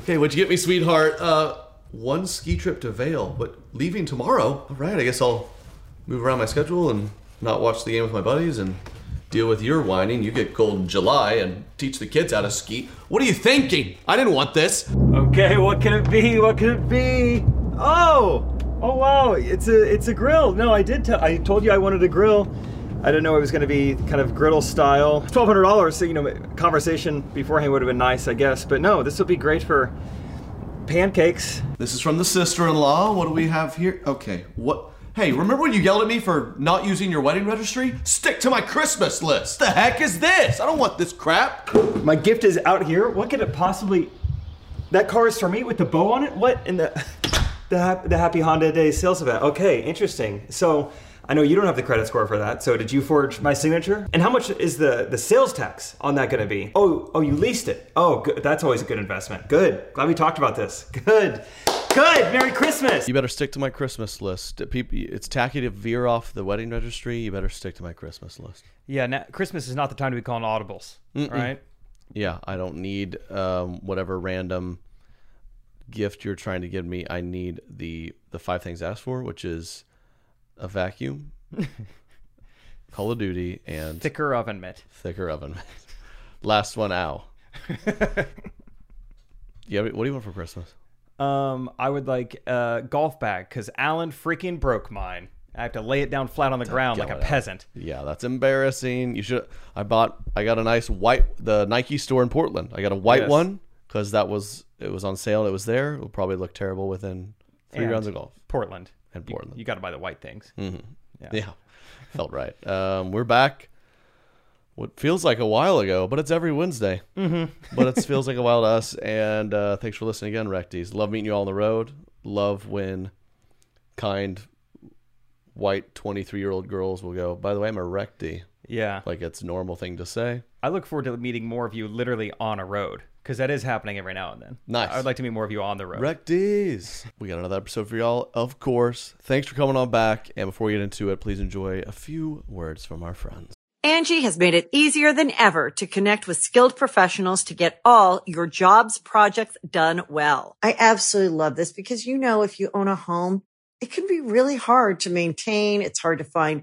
Okay, what'd you get me, sweetheart? Uh, one ski trip to Vale, but leaving tomorrow. All right, I guess I'll move around my schedule and not watch the game with my buddies and deal with your whining. You get cold in July and teach the kids how to ski. What are you thinking? I didn't want this. Okay, what can it be? What can it be? Oh, oh wow! It's a it's a grill. No, I did. tell I told you I wanted a grill. I didn't know it was going to be kind of griddle style. Twelve hundred dollars. So you know, conversation beforehand would have been nice, I guess. But no, this will be great for pancakes. This is from the sister-in-law. What do we have here? Okay, what? Hey, remember when you yelled at me for not using your wedding registry? Stick to my Christmas list. The heck is this? I don't want this crap. My gift is out here. What could it possibly? That car is for me with the bow on it. What in the the, hap- the Happy Honda Day sales event? Okay, interesting. So I know you don't have the credit score for that. So did you forge my signature? And how much is the the sales tax on that going to be? Oh, oh, you leased it. Oh, good. that's always a good investment. Good. Glad we talked about this. Good. Good. Merry Christmas. You better stick to my Christmas list. It's tacky to veer off the wedding registry. You better stick to my Christmas list. Yeah, now, Christmas is not the time to be calling audibles, right? Yeah, I don't need um, whatever random gift you're trying to give me. I need the the five things asked for, which is a vacuum, Call of Duty, and Thicker oven mitt. thicker oven. Last one, ow. yeah, what do you want for Christmas? Um, I would like a golf bag because Alan freaking broke mine. I have to lay it down flat on the ground like a peasant. Yeah, that's embarrassing. You should. I bought. I got a nice white. The Nike store in Portland. I got a white Yes. one because that was it was on sale. It was there. It will probably look terrible within three And- rounds of golf. Portland. And You- Portland. Hmm. You, got to buy the white things. Yeah, felt right. Um, we're back. What feels like a while ago, but it's every Wednesday. Mm-hmm. but it feels like a while to us. And uh, thanks for listening again, Recties. Love meeting you all on the road. Love when kind white twenty three year old girls will go. By the way, I'm a recty. Yeah. Like it's a normal thing to say. I look forward to meeting more of you literally on a road because that is happening every now and then. Nice. I would like to meet more of you on the road. Recties. We got another episode for y'all, of course. Thanks for coming on back. And before we get into it, please enjoy a few words from our friends. Angie has made it easier than ever to connect with skilled professionals to get all your jobs projects done well. I absolutely love this because, you know, if you own a home, it can be really hard to maintain. It's hard to find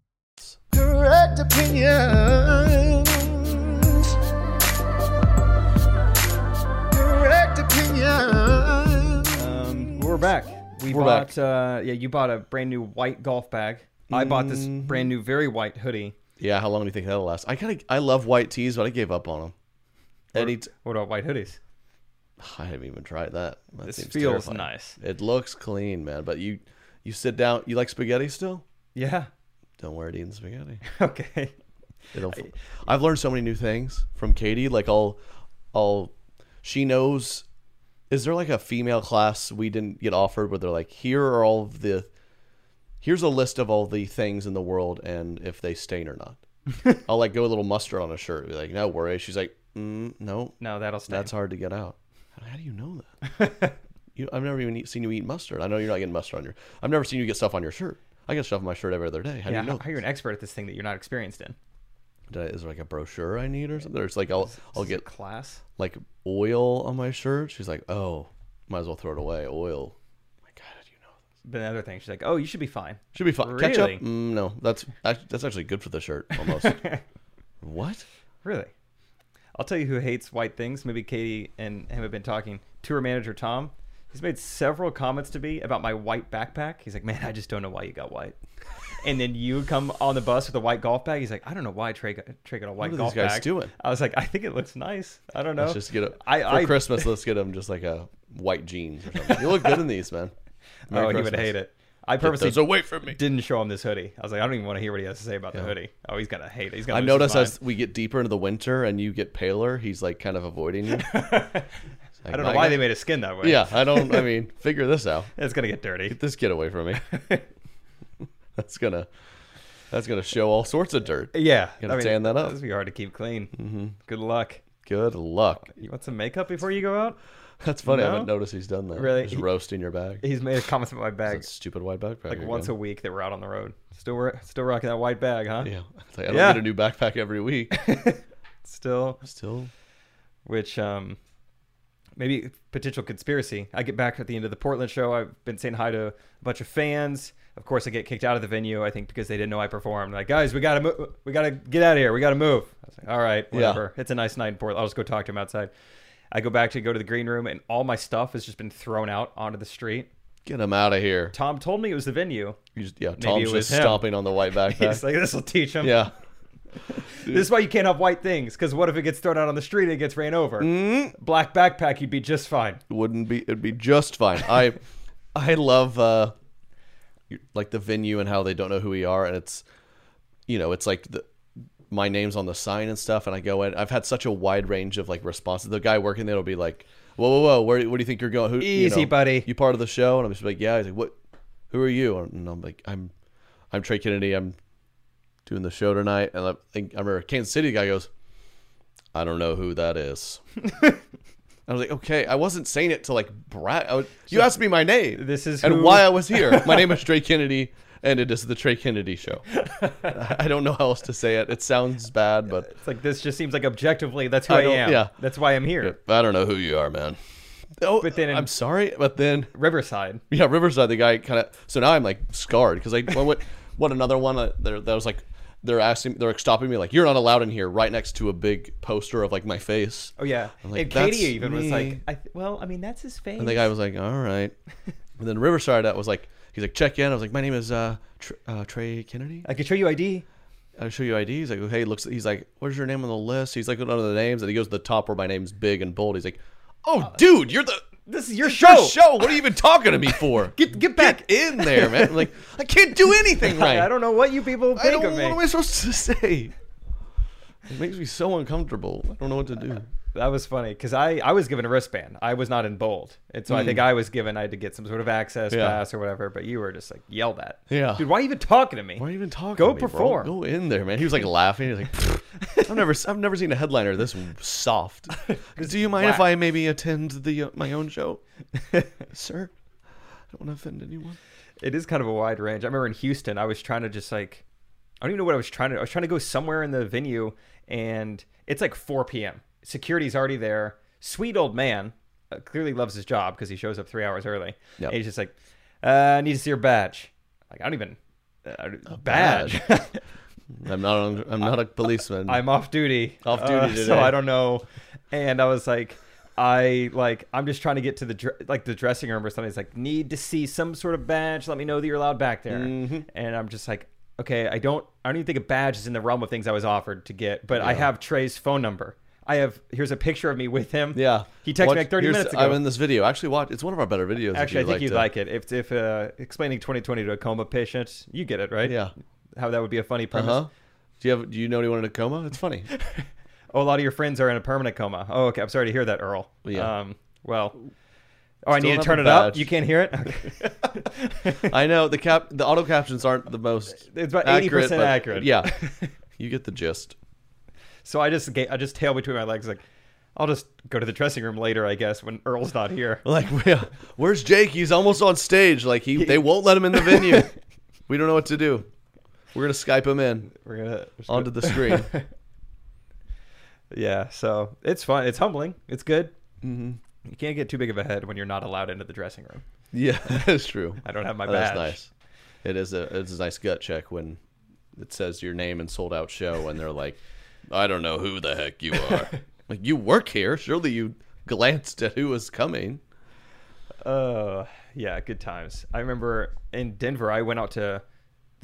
Correct opinions. Correct opinions. Um, we're back. We We're bought. Uh, yeah, you bought a brand new white golf bag. I bought this Mm-hmm. brand new, very white hoodie. Yeah, how long do you think that'll last? I kind of I love white teas, but I gave up on them. Any, t- What about white hoodies? I haven't even tried that. that This seems feels terrifying. nice. It looks clean, man. But you, you sit down. You like spaghetti still? Yeah. Don't wear it eating spaghetti. Okay. It'll, I, have learned so many new things from Katie. Like I'll, I'll, she knows. Is there like a female class we didn't get offered where they're like, here are all of the, here's a list of all the things in the world and if they stain or not. I'll like go a little mustard on a shirt. Be like, no worries. She's like, mm, no, No, that'll stay. that's hard to get out. How do you know that? you, I've never even eat, seen you eat mustard. I know you're not getting mustard on your. I've never seen you get stuff on your shirt. I get stuff on my shirt every other day. How yeah, do you know? how- how you're an expert at this thing that you're not experienced in. Did I, is there like a brochure I need or something? Or it's like I'll I'll get Class. like oil on my shirt. She's like, oh, might as well throw it away. Oil. My God, how do you know? But another thing, she's like, "Oh, you should be fine." Should be fine. Ketchup? Really? Mm, no, that's act- that's actually good for the shirt almost. what? Really? I'll tell you who hates white things. Maybe Katie and him have been talking. Tour manager Tom. He's made several comments to me about my white backpack. He's like, "Man, I just don't know why you got white." And then you come on the bus with a white golf bag. He's like, "I don't know why Trey got, Trey got a white are these golf guys bag." doing? I was like, "I think it looks nice. I don't know." Let's just get it I- for I- Christmas. Let's get him just like a white jeans or something. You look good in these, man. Merry oh, he would Christmas. hate it. I purposely Those away from me. didn't show him this hoodie. I was like, I don't even want to hear what he has to say about the hoodie. Oh, he's gonna hate it. He's gonna. I lose his notice mind. as we get deeper into the winter and you get paler, he's like kind of avoiding you. I don't know why they made his skin that way. Yeah, I don't. I mean, figure this out. it's gonna get dirty. This get away from me. that's gonna, that's gonna show all sorts of dirt. Yeah, Gotta tan that up. This would be hard to keep clean. Mm-hmm. Good luck. Good luck. You want some makeup before you go out? That's funny. I No? haven't noticed he's done that. Really? Just He- roasting your bag. He's made comments about my bag That stupid white backpack. like once a week that we're out on the road. Still, wear- still rocking that white bag, huh? Yeah. It's like, I don't Yeah. get a new backpack every week. Still, Still. which um, maybe potential conspiracy. I get back at the end of the Portland show. I've been saying hi to a bunch of fans. Of course, I get kicked out of the venue. I think because they didn't know I performed. Like, guys, we gotta move. We gotta get out of here. We gotta move. I was like, all right, whatever. It's a nice night in Portland. I'll just go talk to him outside. I go back to go to the green room, and all my stuff has just been thrown out onto the street. Get him out of here. Tom told me it was the venue. You just, yeah, Tom's it was just him. stomping on the white He's backpack. like, this will teach him. yeah. This is why you can't have white things, because what if it gets thrown out on the street and it gets ran over? Black backpack, you'd be just fine. wouldn't be it'd be just fine. I I love uh like the venue and how they don't know who we are and it's you know, it's like the my name's on the sign and stuff and I go in. I've had such a wide range of like responses. The guy working there will be like, "Whoa, whoa, whoa, where what do you think you're going? Who you Easy, know, buddy. You part of the show?" And I'm just like, "Yeah." He's like, "What who are you?" And I'm like, "I'm I'm Trey Kennedy. I'm doing the show tonight." And I think I remember Kansas City guy goes, "I don't know who that is." I was like, okay, I wasn't saying it to like brat. I was, you asked me my name. This is and who- why I was here. My name is Trey Kennedy, and it is the Trey Kennedy Show. I don't know how else to say it. It sounds bad, but It's like this just seems like objectively that's who I I, don't- am. yeah. That's why I'm here. I don't know who you are, man. Oh, But then in- I'm sorry, but then Riverside. yeah, Riverside. The guy kind of. So now I'm like scarred because I what, what what another one uh, there that was like they're asking they're stopping me like you're not allowed in here right next to a big poster of like my face. Oh yeah. I'm like, and Katie "That's even was me." like, I th- well, I mean that's his face. And the guy was like, "All right." And then Riverside that was like, he's like, "Check in." I was like, "My name is uh, Tr- uh Trey Kennedy. I could show you ID. I show you ID." He's like, "Hey, looks." He's like, "Where's your name on the list?" He's like, "None of the names." And he goes to the top where my name's big and bold. He's like, "Oh, Uh, dude, you're the." This is your your show. show. What are you even talking to me for? oh. Get get back. in there, man. I'm like, I can't do anything right. I don't know what you people I think don't. of What me. am I supposed to say? It makes me so uncomfortable. I don't know what to do. That was funny because I, I was given a wristband. I was not in bold, and so I think I was given I had to get some sort of access Hmm. Yeah. pass or whatever. But you were just like yelled at. Yeah. dude, why are you even talking to me? Why are you even talking? Go to me, bro? perform. Go in there, man. He was like laughing. He was like, "Pfft, I've never, I've never seen a headliner this soft. Do you mind if whack. I maybe attend the uh, my own show, sir? I don't want to offend anyone. it is kind of a wide range. I remember in Houston, I was trying to just like, I don't even know what I was trying to. I was trying to go somewhere in the venue, and it's like 4 p.m. Security's already there. Sweet old man uh, clearly loves his job because he shows up three hours early. Yep. And he's just like, uh, "I need to see your badge." Like I don't even uh, badge. I'm not, on, I'm not a policeman. I'm off duty. Uh, Off duty today. so I don't know. And I was like, I like, I'm just trying to get to the dr- like the dressing room or something. It's like, need to see some sort of badge. Let me know that you're allowed back there. Mm-hmm. And I'm just like, okay, I don't, I don't even think a badge is in the realm of things I was offered to get. But I have Trey's phone number. I have here's a picture of me with him. yeah. he texted Watch- me like 30 here's- minutes ago. I'm in this video. Actually, watch. It's one of our better videos. if Actually, I think you'd to- like it. If if uh, explaining 2020 to a coma patient, you get it right. Yeah. Uh-huh. how that would be a funny premise. Huh? Do you have? Do you know anyone in a coma? It's funny. Oh, a lot of your friends are in a permanent coma. Oh, okay. I'm sorry to hear that, Earl. Yeah. Um, well, oh, I Still need to have turn a it up. badge. You can't hear it. Okay. I know the cap. The auto captions aren't the most. It's about accurate, 80% but- accurate. Yeah, you get the gist. so I just ga- I just tail between my legs like, I'll just go to the dressing room later, I guess, when Earl's not here. Like, where- where's Jake? He's almost on stage. Like he, they won't let him in the venue. we don't know what to do. We're gonna Skype him in We're gonna onto the screen. yeah. So it's fun. It's humbling. It's good. Mm-hmm. You can't get too big of a head when you're not allowed into the dressing room. yeah, that's true. I don't have my Oh, that's badge. nice. It is a it's a nice gut check when it says your name and sold out show, and they're like, I don't know who the heck you are. like you work here. Surely you glanced at who was coming. Uh, yeah, good times. I remember in Denver, I went out to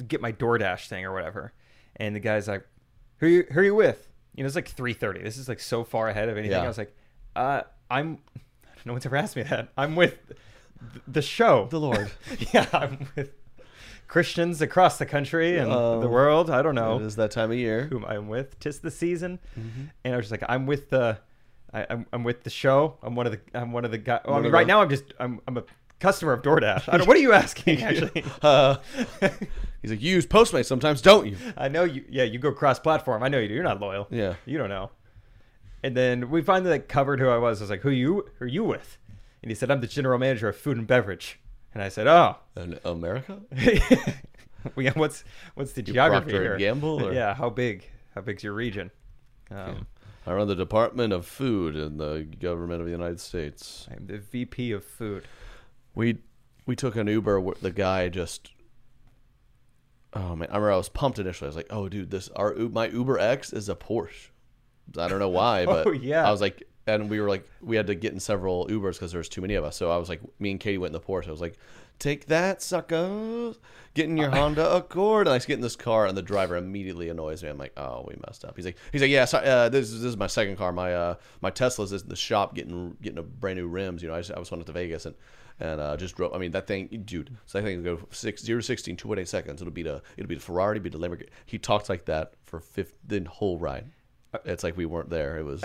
get my DoorDash thing or whatever, and the guy's like, "Who you, who are you with?" You know, it's like three thirty. This is like so far ahead of anything. Yeah. I was like, "Uh, I'm." No one's ever asked me that. I'm with th- the show, The Lord. yeah, I'm with Christians across the country and the Um, world. I don't know It is that time of year. whom I'm with. Tis the season, Mm-hmm. and I was just like, I'm with the, I, I'm, I'm with the show. I'm one of the, I'm one of the guys. Well, I One mean, of right the- now I'm just, I'm, I'm a customer of DoorDash. I don't, what are you asking actually? Uh, he's like, you use Postmates sometimes, don't you? I know you. Yeah, you go cross-platform. I know you do. You're not loyal. Yeah. you don't know. And then we finally like covered who I was. I was like, who you, who are you with? And he said, I'm the general manager of food and beverage. And I said, oh. In America? we got what's what's the geography Procter here? and Gamble, or- Yeah, how big? How big's your region? Um, I run the Department of Food in the government of the United States. I'm the VP of food. We we took an Uber. where The guy just. Oh man, I remember I was pumped initially. I was like, "Oh dude, this our U- my Uber X is a Porsche." I don't know why, but Oh, yeah. I was like, and we were like, we had to get in several Ubers because there was too many of us. So I was like, me and Katie went in the Porsche. I was like, "Take that, sucker! Get in your Honda Accord." And I get in this car, and the driver immediately annoys me. I'm like, "Oh, we messed up." He's like, "He's like, yeah, so, uh, this is this is my second car. My uh, my Tesla's is in the shop getting getting a brand new rims. You know, I, just, I was going up to Vegas and and uh, just drove. I mean, that thing, dude. So I think it'll go six zero sixteen two eight seconds. It'll be the it'll be the Ferrari, be the Lamborghini. He talked like that for fifth the whole ride. It's like we weren't there. It was,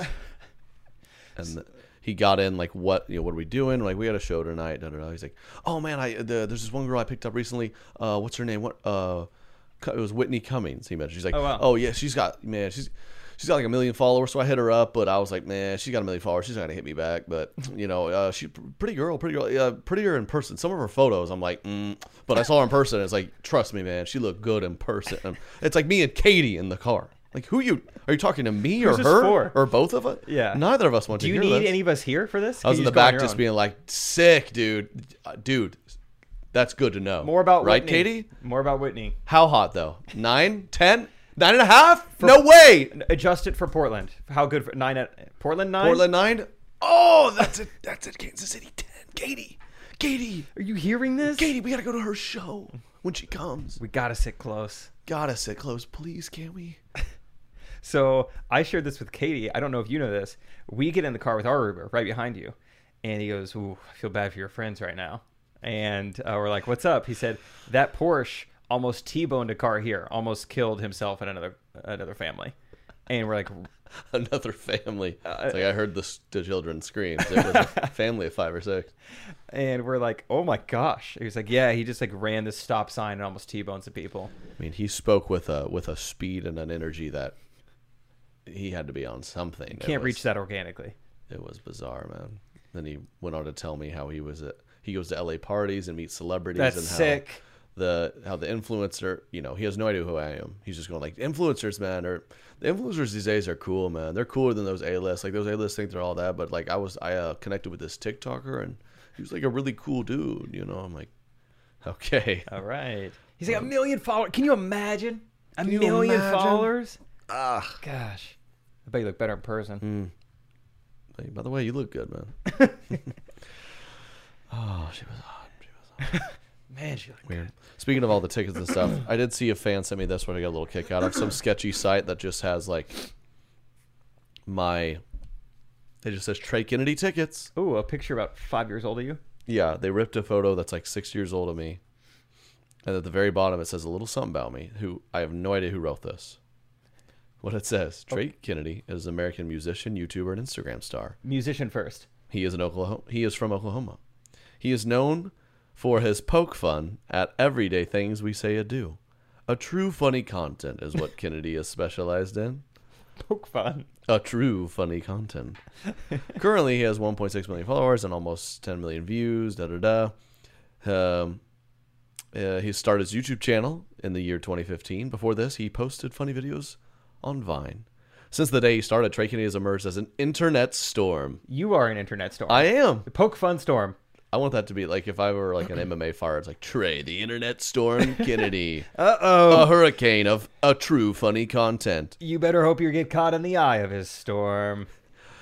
and he got in like, what you know, what are we doing? Like we had a show tonight. Da, da, da. He's like, oh man, I the, there's this one girl I picked up recently. Uh, what's her name? What uh, Cu- it was Whitney Cummings. He mentioned. She's like, Oh, wow. oh yeah, she's got man, she's. She's got like a million followers, so I hit her up. But I was like, man, she's got a million followers. She's not gonna hit me back. But you know, uh, she pretty girl, pretty girl, uh, prettier in person. Some of her photos, I'm like, mm. but I saw her in person. and It's like, trust me, man, she looked good in person. And it's like me and Katie in the car. Like, who you are you talking to me Who's or this her for? or both of us? Yeah. neither of us want Do to hear you need this. any of us here for this? I was Can in you the go on back your just own? being like, sick, dude, Uh, dude. That's good to know. more about right, Whitney. Katie? More about Whitney. How hot though? Nine, ten, nine and a half? no way. Adjust it for Portland. How good for nine at Portland nine? Portland nine. Oh, that's it. That's it. Kansas City ten. Katie, Katie, Are you hearing this? Katie. We gotta go to her show when she comes. We We gotta sit close. gotta sit close, please. Can't we? So I shared this with Katie. I don't know if you know this. We get in the car with our Uber right behind you, and he goes, "Ooh, I feel bad for your friends right now." And uh, we're like, "What's up?" He said, "That Porsche almost T-boned a car here, almost killed himself and another another family." And we're like, Another family. It's like I heard the, s- the children scream. It was a family of five or six. and we're like, "Oh my gosh!" He was like, "Yeah, he just like ran this stop sign and almost T-bones the people." I mean, he spoke with a with a speed and an energy that he had to be on something. It Can't was- reach that organically. It was bizarre, man. Then he went on to tell me how he was at he goes to LA parties and meets celebrities That's and how sick. the how the influencer, you know, he has no idea who I am. He's just going like influencers, man, or the influencers these days are cool, man. They're cooler than those A list. Like those A list think they're all that, but like I was I uh, connected with this TikToker and he was like a really cool dude, you know. I'm like, okay, All right. He's like a million followers. Can you imagine? A million imagine? followers. Ah, gosh. I bet you look better in person. Hey, by the way, you look good, man. oh, she was hot. She was hot. Man, she looked Weird. Speaking of all the tickets and stuff, I did see a fan send me this one. I got a little kick out of some sketchy site that just has like my. It just says Trey Kennedy tickets. Ooh, a picture about five years old of you. Yeah, they ripped a photo that's like six years old of me, and at the very bottom it says a little something about me. Who I have no idea who wrote this. What it says: Trey Kennedy is an American musician, YouTuber, and Instagram star. Musician first. He is an Oklahoma. He is from Oklahoma. He is known for his poke fun at everyday things we say and do. A true funny content is what Kennedy is specialized in. Poke fun. A true funny content. Currently, he has 1.6 million followers and almost 10 million views. Da da da. Um, uh, he started his YouTube channel in the year 2015. Before this, he posted funny videos on Vine. Since the day he started, Trey Kennedy has emerged as an internet storm. You are an internet storm. I am. Poke fun storm. I want that to be like if I were like an MMA fighter, it's like Trey, the internet storm Kennedy, Uh oh. a hurricane of a true funny content. You better hope you get caught in the eye of his storm.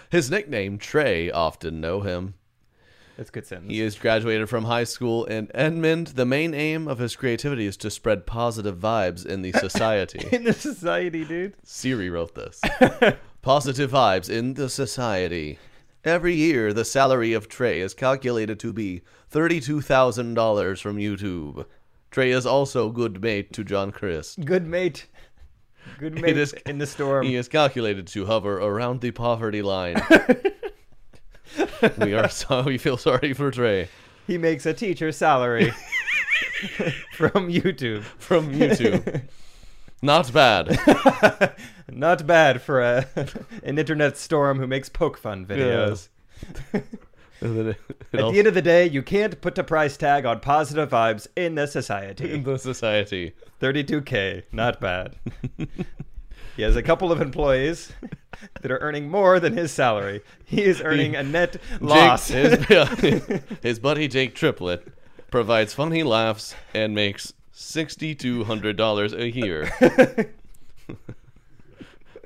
His nickname, Trey, often know him. That's a good sentence. He is graduated from high school in Edmond. The main aim of his creativity is to spread positive vibes in the society. In the society, dude. Siri wrote this. Positive vibes in the society. Every year, the salary of Trey is calculated to be $32,000 from YouTube. Trey is also good mate to John Chris. Good mate. Good mate is- in the storm. He is calculated to hover around the poverty line. we are so we feel sorry for Trey He makes a teacher's salary from YouTube. from YouTube. Not bad. Not bad for a, an internet storm who makes poke fun videos. And then it- it At also- the end of the day, you can't put a price tag on positive vibes in the society. in the society. 32K, not bad. he has a couple of employees that are earning more than his salary. He is earning a net loss. Jake, his, his buddy Jake Triplett provides funny laughs and makes $6,200 a year.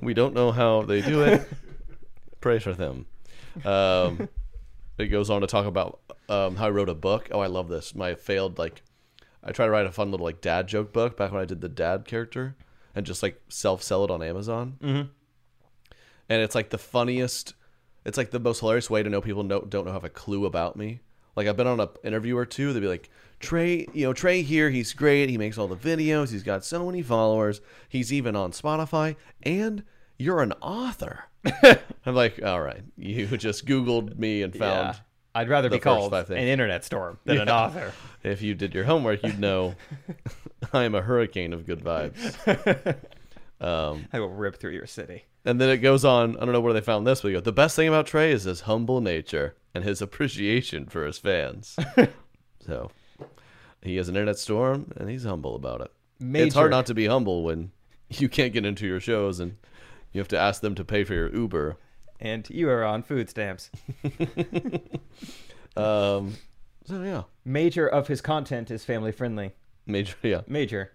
we don't know how they do it. Pray for them. Um, it goes on to talk about um, how I wrote a book. Oh, I love this. My failed, like, I tried to write a fun little, like, dad joke book back when I did the dad character and just, like, self sell it on Amazon and it's like the funniest it's like the most hilarious way to know people know, don't have a clue about me like i've been on an interview or two they'd be like trey you know trey here he's great he makes all the videos he's got so many followers he's even on spotify and you're an author i'm like all right you just googled me and Yeah. found I'd rather be first called five an things. internet storm than an Yeah. author. if you did your homework you'd know i'm a hurricane of good vibes I will rip through your city. And then it goes on. I don't know where they found this, but you go, the best thing about Trey is his humble nature and his appreciation for his fans. so he is an internet storm, and he's humble about it. It's Major- hard not to be humble when you can't get into your shows and you have to ask them to pay for your Uber. And you are on food stamps. Um, so yeah, Major of his content is family friendly. major. Yeah, Major.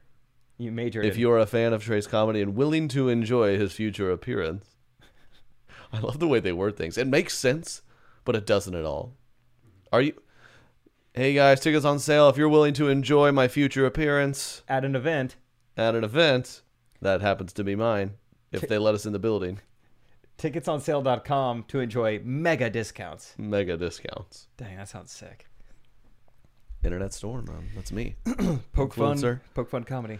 You major. if you're a fan of Trey's comedy and willing to enjoy his future appearance, I love the way they word things. It makes sense, but it doesn't at all. Are you? Hey guys, tickets on sale. If you're willing to enjoy my future appearance at an event, at an event, that happens to be mine. If they let us in the building, ticketsonsale.com to enjoy mega discounts. mega discounts. Dang, that sounds sick. Internet storm, man. That's me. Poke fun, Influencer. poke fun comedy.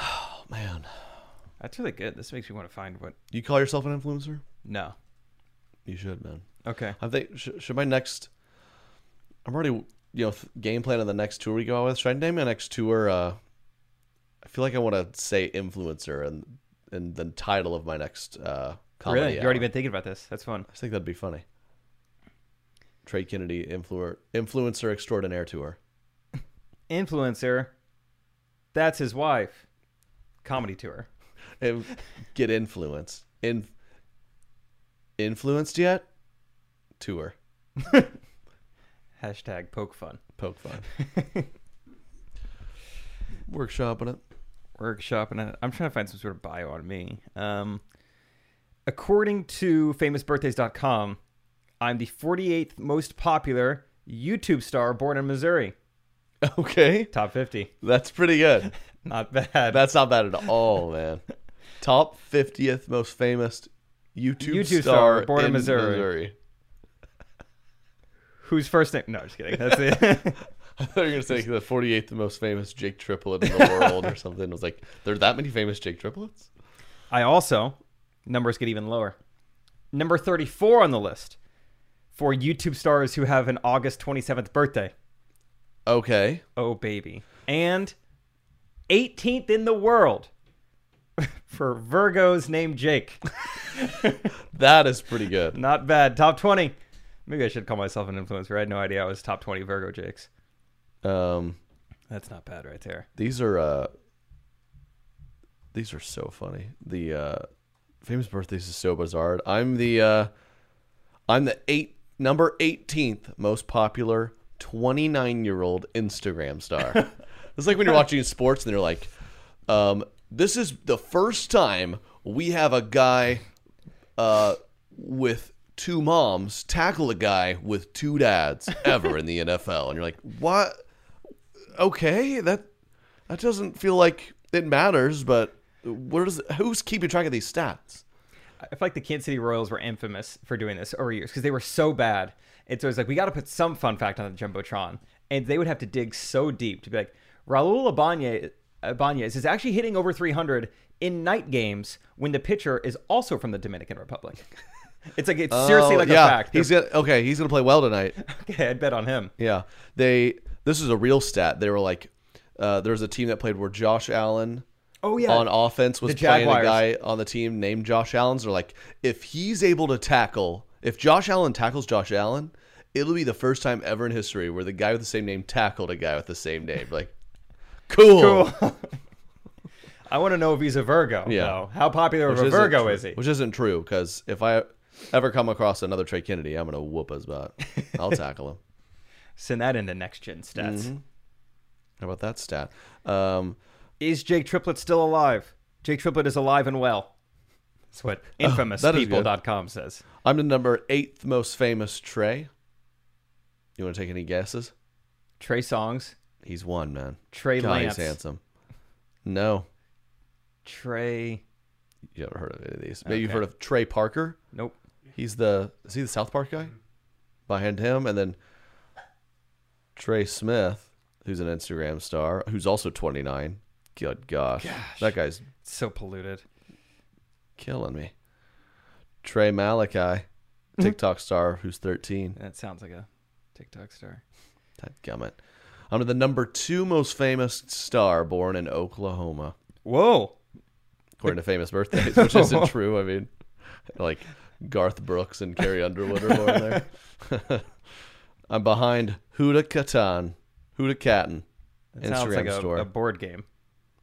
Oh man, That's really good. This makes me want to find what. you call yourself an influencer? No. You should, man. Okay. I think sh- should my next. I'm already you know th- game plan of the next tour we go out with. Should I name my next tour? Uh, I feel like I want to say influencer and and the title of my next uh, comedy. Really? You've already hour. been thinking about this. That's fun. I think that'd be funny. Trey Kennedy influer influencer extraordinaire tour. Influencer. That's his wife. Comedy tour. And Get influenced. In influenced yet? Tour. Hashtag poke fun. Poke fun. Workshopping it. workshop and I- i'm trying to find some sort of bio on me um, according to famousbirthdays.com i'm the 48th most popular youtube star born in missouri Okay. top 50 That's pretty good. not bad That's not bad at all, man. Top 50th most famous YouTube, star, YouTube star, born in in Missouri. Missouri. whose first name no just kidding that's it I thought you were going to say the 48th most famous Jake Triplett in the world or something. It was like, there are that many famous Jake Triplets? i also numbers get even lower number 34 on the list for youtube stars who have an august 27th birthday Okay. Oh baby. And 18th in the world for Virgos named Jake. That is pretty good. Not bad. Top 20. Maybe I should call myself an influencer. I had no idea I was top 20 Virgo Jakes. Um, That's not bad right there. these are, uh, these are so funny. The, uh, famous birthdays is so bizarre. I'm the, uh, I'm the eight, number 18th most popular 29 year old Instagram star. it's like when you're watching sports and they're like, um, this is the first time we have a guy uh, with two moms tackle a guy with two dads ever in the NFL, and you're like, what? Okay, that that doesn't feel like it matters, but where does who's keeping track of these stats? I feel like the Kansas City Royals were infamous for doing this over years because they were so bad. And so it's like we got to put some fun fact on the jumbotron, and they would have to dig so deep to be like Raul Abanez Abanez is actually hitting over 300 in night games when the pitcher is also from the Dominican Republic. It's like it's seriously Oh, like yeah, a fact. He's gonna, okay. He's gonna play well tonight. okay, I'd bet on him. Yeah, they. This is a real stat. They were like, uh, there was a team that played where Josh Allen. Oh, yeah. on offense was The playing a Jaguars. guy on the team named Josh Allen's. They're like, if he's able to tackle, if Josh Allen tackles Josh Allen, it'll be the first time ever in history where the guy with the same name tackled a guy with the same name. Like, cool. I want to know if he's a Virgo. Yeah. though. How popular of Which a isn't Virgo true- is he? Which isn't true because if I ever come across another Trey Kennedy, I'm gonna whoop his butt. I'll tackle him. Send that into next gen stats. Mm-hmm. How about that stat? Um, Is Jake Triplett still alive? Jake Triplett is alive and well. That's what Oh, that is good. infamouspeople.com says. I'm the number eighth most famous Trey. You want to take any guesses? Trey Songs, He's one man. Trey God, Lance. he's handsome. No, Trey. you haven't heard of any of these. Maybe you've heard of Trey Parker. Nope. He's the is he the South Park guy? Behind him, and then Trey Smith, who's an Instagram star, who's also 29. Good gosh, that guy's It's so polluted. killing me. Trey Malachi, Mm-hmm. TikTok star, who's 13. That sounds like a TikTok star. That gummit. I'm the number two most famous star born in Oklahoma, Whoa. according to famous birthdays, which isn't true. I mean, like Garth Brooks and Carrie Underwood are born there. I'm behind Huda Katan, Huda Katan, That sounds Instagram like a, store. a board game.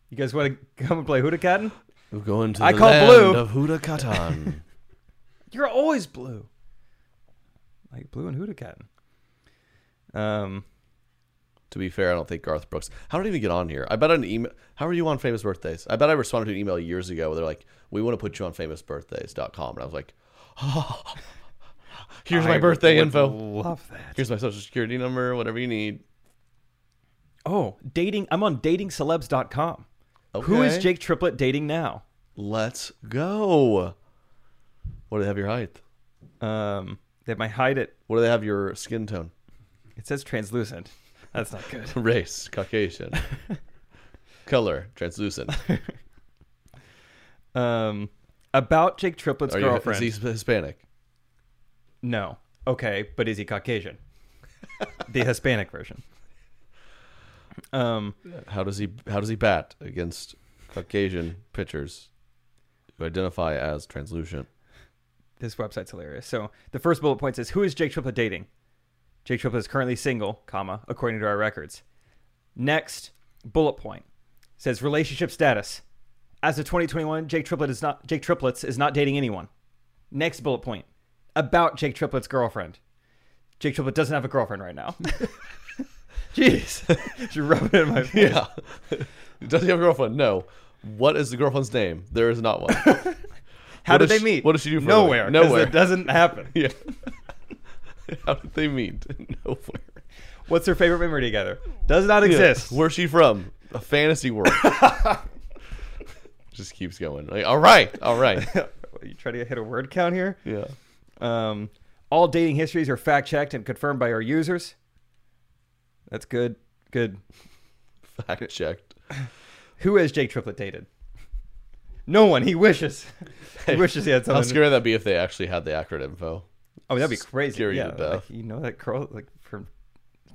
You guys want to come and play Hootakatan? We're going to the I call land blue. of Huda Katan. You're always blue. Like blue and Hootakatan. Um, to be fair, I don't think Garth Brooks. How did I even get on here? I bet an email. How are you on famous birthdays? I bet I responded to an email years ago where they're like, "We want to put you on famousbirthdays.com," and I was like, "Here's my I birthday would info." Love that. Here's my social security number, whatever you need. Oh, dating. I'm on datingcelebs.com. Who is Okay. Jake Triplett dating now? Let's go. What do they have your height? Um, they might hide it. What do they have your skin tone? It says translucent. That's not good. Race, Caucasian. Color, translucent. Um, about Jake Triplett's Are you, is girlfriend. he Hispanic? No. Okay, but is he Caucasian? the Hispanic version. Um, How does he how does he bat against Caucasian pitchers who identify as translucent? this website's hilarious. So the first bullet point says, "Who is Jake Triplett dating?" Jake Triplett is currently single, comma, according to our records. Next bullet point says relationship status. As of 2021, Jake Triplett is not Jake Triplets is not dating anyone. Next bullet point about Jake Triplett's girlfriend. Jake Triplett doesn't have a girlfriend right now. Jeez, she rubbed it in my face. Yeah. Does he have a girlfriend? No. What is the girlfriend's name? There is not one. How What did does they she- meet? what does she do for a living? nowhere? 'cause Nowhere. It doesn't happen. yeah. How did they meet? Nowhere. What's her favorite memory together? Does not exist. Where's she from? A fantasy world. Just keeps going. Like, all right, all right. you try to hit a word count here. Yeah. Um, all dating histories are fact checked and confirmed by our users. That's good. Good. Fact checked. Who has Jake Triplett dated? No one. He wishes. he wishes he had How someone. scary would that be if they actually had the accurate info? oh, that'd be crazy. scary to yeah, death. like, you know that girl like for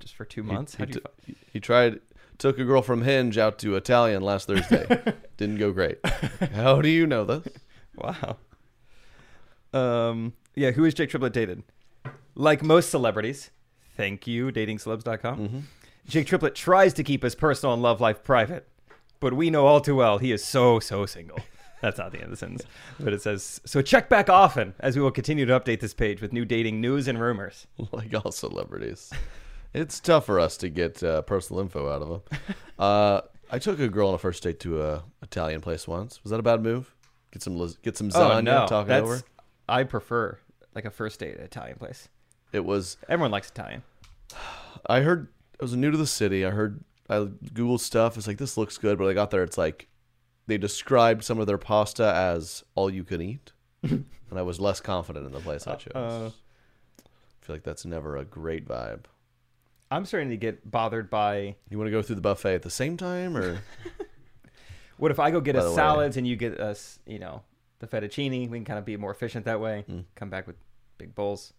just for two months. How He, do you? t- he tried took a girl from Hinge out to Italian last Thursday. Didn't go great. How do you know this? Wow. Um. Yeah. Who is Jake Triplett dated? Like most celebrities, thank you, datingcelebs.com. Jake Triplett tries to keep his personal and love life private, but we know all too well he is so so single. That's not the end of the sentence, but it says so. Check back often as we will continue to update this page with new dating news and rumors. Like all celebrities, it's tough for us to get uh, personal info out of them. Uh, I took a girl on a first date to a Italian place once. Was that a bad move? Get some lis- get some Oh lasagna. no, talk it that's over. I prefer like a first date at an Italian place. It was Everyone likes Italian. I heard I was new to the city. I heard I googled stuff. It's like this looks good, but I got there. It's like they described some of their pasta as all you can eat, and I was less confident in the place I chose. I feel like that's never a great vibe. I'm starting to get bothered by You want to go through the buffet at the same time, or what if I go get the us way- salads and you get us, you know, the fettuccine. We can kind of be more efficient that way. Hmm. Come back with big bowls.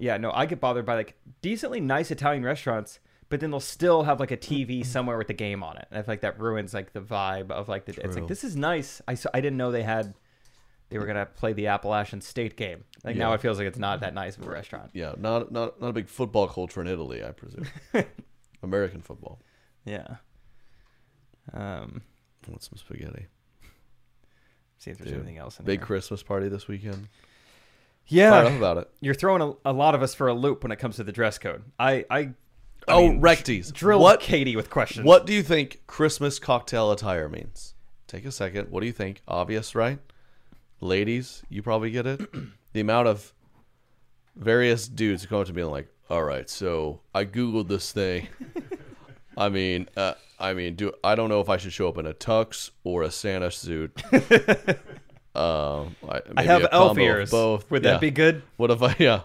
Yeah, no, I get bothered by like decently nice Italian restaurants, but then they'll still have like a Mm-hmm. TV somewhere with the game on it, and I feel like that ruins like the vibe of like the. It's True. like this is nice. I s- I didn't know they had. They were gonna play the Appalachian State game. Like Yeah. now, Mm-hmm. it feels like it's not that nice of a restaurant. yeah, not not not a big football culture in Italy, I presume. American football. Yeah. Um. I want some spaghetti. See if there's Dude, anything else. In Big here. Christmas party this weekend. Fired up Yeah. about it. You're throwing a, a lot of us for a loop when it comes to the dress code. I I I oh, mean, recties. drill what Katie with questions. What do you think Christmas cocktail attire means? Take a second. What do you think? Obvious, right? Ladies, you probably get it. the amount of various dudes who come up to me and like, all right, so I googled this thing. I mean, uh, I mean, do I don't know if I should show up in a tux or a Santa suit. um, I, I have elf ears. ears. Both. Would Yeah. that be good? What if I yeah?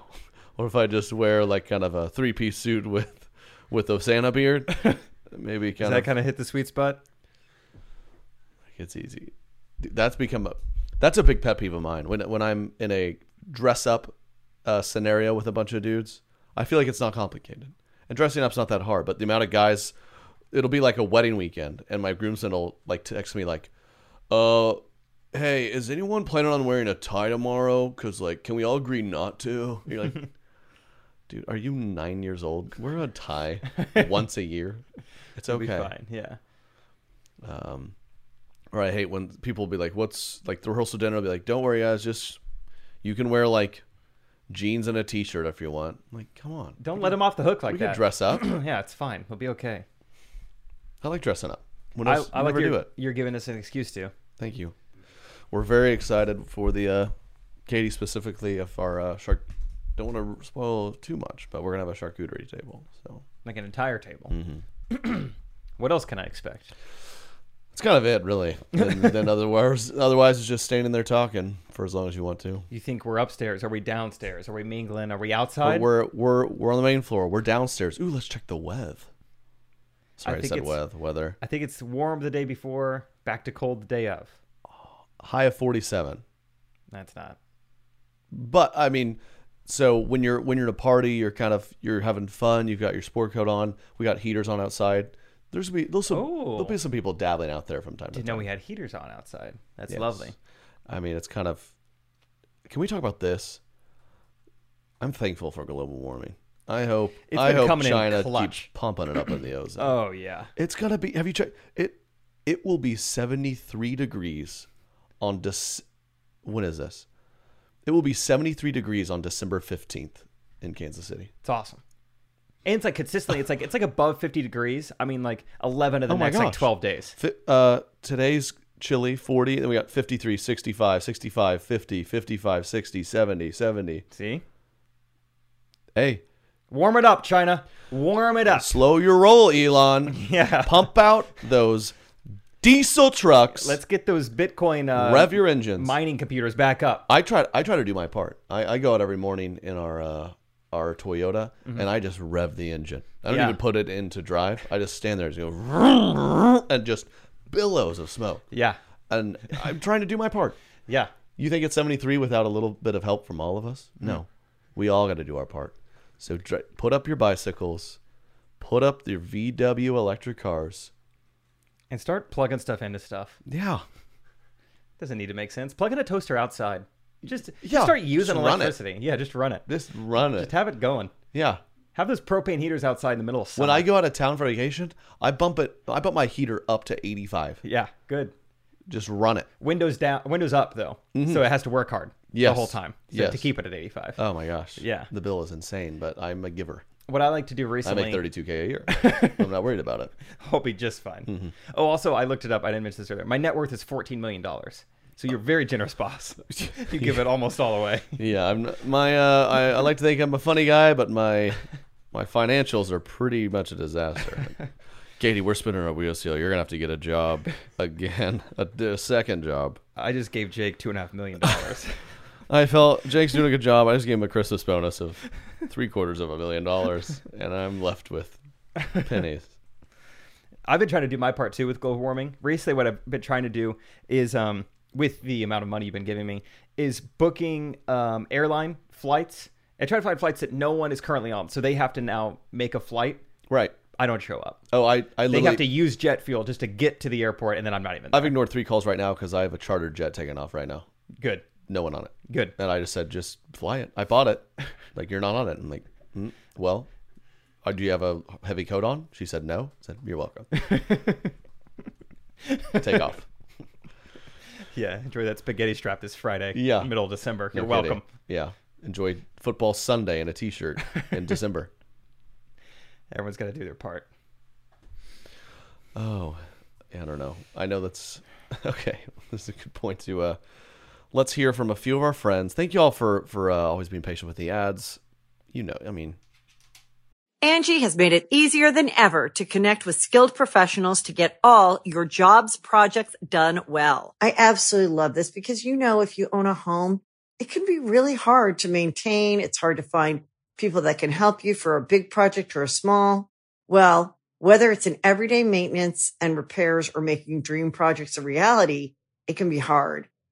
What if I just wear like kind of a three piece suit with with a Santa beard? Maybe kind Does of that kind of hit the sweet spot? it's easy. Dude, That's become a that's a big pet peeve of mine. When when I'm in a dress up uh, scenario with a bunch of dudes, I feel like it's not complicated. And dressing up's not that hard, but the amount of guys it'll be like a wedding weekend and my groomsmen will like text me like, "Uh, hey, is anyone planning on wearing a tie tomorrow cuz like can we all agree not to?" You're like, "Dude, are you 9 years old? Wear a tie once a year. It's okay." Be fine. Yeah. or I hate when people will be like, "What's like the rehearsal dinner?" I'll be like, "Don't worry, guys. Just you can wear like jeans and a t-shirt if you want." I'm like, come on, Don't let him off the hook like we that. can dress up. yeah, it's fine. He'll be okay. I like dressing up. When I, else- I like never your, do it. you're giving us an excuse to. Thank you. We're very excited for the uh, Katie specifically of our uh, shark. Don't want to spoil too much, but we're gonna have a charcuterie table. So Like an entire table. Mm-hmm. what else can I expect? that's kind of it, really. And then otherwise, otherwise it's just standing there talking for as long as you want to. You think we're upstairs? Are we downstairs? Are we mingling? Are we outside? But we're we're we're on the main floor. We're downstairs. Ooh, let's check the weather. Sorry, I, think said it's- weather. Weather I think it's warm the day before, back to cold the day of. high of forty seven. That's not. But I mean, so when you're when you're at a party, you're kind of you're having fun. You've got your sport coat on. We got heaters on outside. There's be there's some Oh. there'll be some people dabbling out there from time to Didn't time. know we had heaters on outside. That's lovely. I mean, it's kind of. Can we talk about this? I'm thankful for global warming. I hope It's I been hope coming in China keeps clutch. pumping it up in the ozone. Oh yeah. It's gonna be. Have you checked it? It will be seventy three degrees on Dec. When is this? It will be seventy three degrees on December fifteenth in Kansas City. It's awesome. And it's like consistently, it's like it's like above fifty degrees. I mean, like eleven of the Oh my next like gosh. twelve days. Fi uh, today's chilly forty, and then we got 53, 65, 65, 50, 55, 60, 70, 70. See, Hey, warm it up, China. Warm it up. slow your roll, Elon. Yeah. Pump out those diesel trucks. Let's get those Bitcoin uh, rev your engines. mining computers back up. I try. I try to do my part. I, I go out every morning in our uh, our Toyota, and I just rev the engine. I don't Mm-hmm. Yeah. even put it into drive. I just stand there and just go vroom, vroom, and just billows of smoke. Yeah, And I'm trying to do my part. yeah. You think it's 73 without a little bit of help from all of us? Mm-hmm. No, we all got to do our part. So dr- put up your bicycles, put up your VW electric cars. And start plugging stuff into stuff. Yeah, Doesn't need to make sense. Plug in a toaster outside. Just, just Yeah, start just using run it. electricity. Yeah, just run it. just run it. Just have it going. Yeah. Have those propane heaters outside in the middle of summer. When I go out of town for vacation, I bump it. I bump my heater up to 85. yeah, good. Just run it. Windows down, windows up though, so it has to work hard the Mm-hmm. Yes. whole time so- Yes. to keep it at eighty-five. Oh my gosh. Yeah. The bill is insane, but I'm a giver. what I like to do I recently, make 32K a year. I'm not worried about it. I'll be just fine. Oh, also, I looked it up. I didn't mention this earlier. My net worth is fourteen million dollars. So you're a very generous boss. You give it almost all away. Yeah, I'm not- my uh, I, I like to think I'm a funny guy, but my my financials are pretty much a disaster. Katie, we're spinning our wheels here. You're gonna have to get a job again, a, a second job. I just gave Jake two and a half million dollars. I felt Jake's doing a good job. I just gave him a Christmas bonus of three quarters of a million dollars, and I'm left with pennies. I've been trying to do my part too with global warming. Recently, what I've been trying to do is, um, with the amount of money you've been giving me, is booking um, airline flights and try to find flights that no one is currently on. So they have to now make a flight. Right. I don't show up. Oh, I I They literally have to use jet fuel just to get to the airport, and then I'm not even there. I've ignored three calls right now because I have a chartered jet taking off right now. good. No one on it. Good. And I just said, just fly it. I bought it. Like, you're not on it. I'm like, mm, well, uh, do you have a heavy coat on? She said, no. I said, you're welcome. Take off. Yeah, enjoy that spaghetti strap this Friday. Yeah. middle of December. You're No kidding. welcome. Yeah. Enjoy football Sunday in a t shirt in December. Everyone's got to do their part. Oh, yeah, I don't know. I know that's okay. This is a good point to. Uh, let's hear from a few of our friends. Thank you all for for uh, always being patient with the ads. You know, I mean, Angie has made it easier than ever to connect with skilled professionals to get all your jobs projects done well. I absolutely love this because, you know, if you own a home, it can be really hard to maintain. It's hard to find people that can help you for a big project or a small. Well, whether it's in everyday maintenance and repairs or making dream projects a reality, it can be hard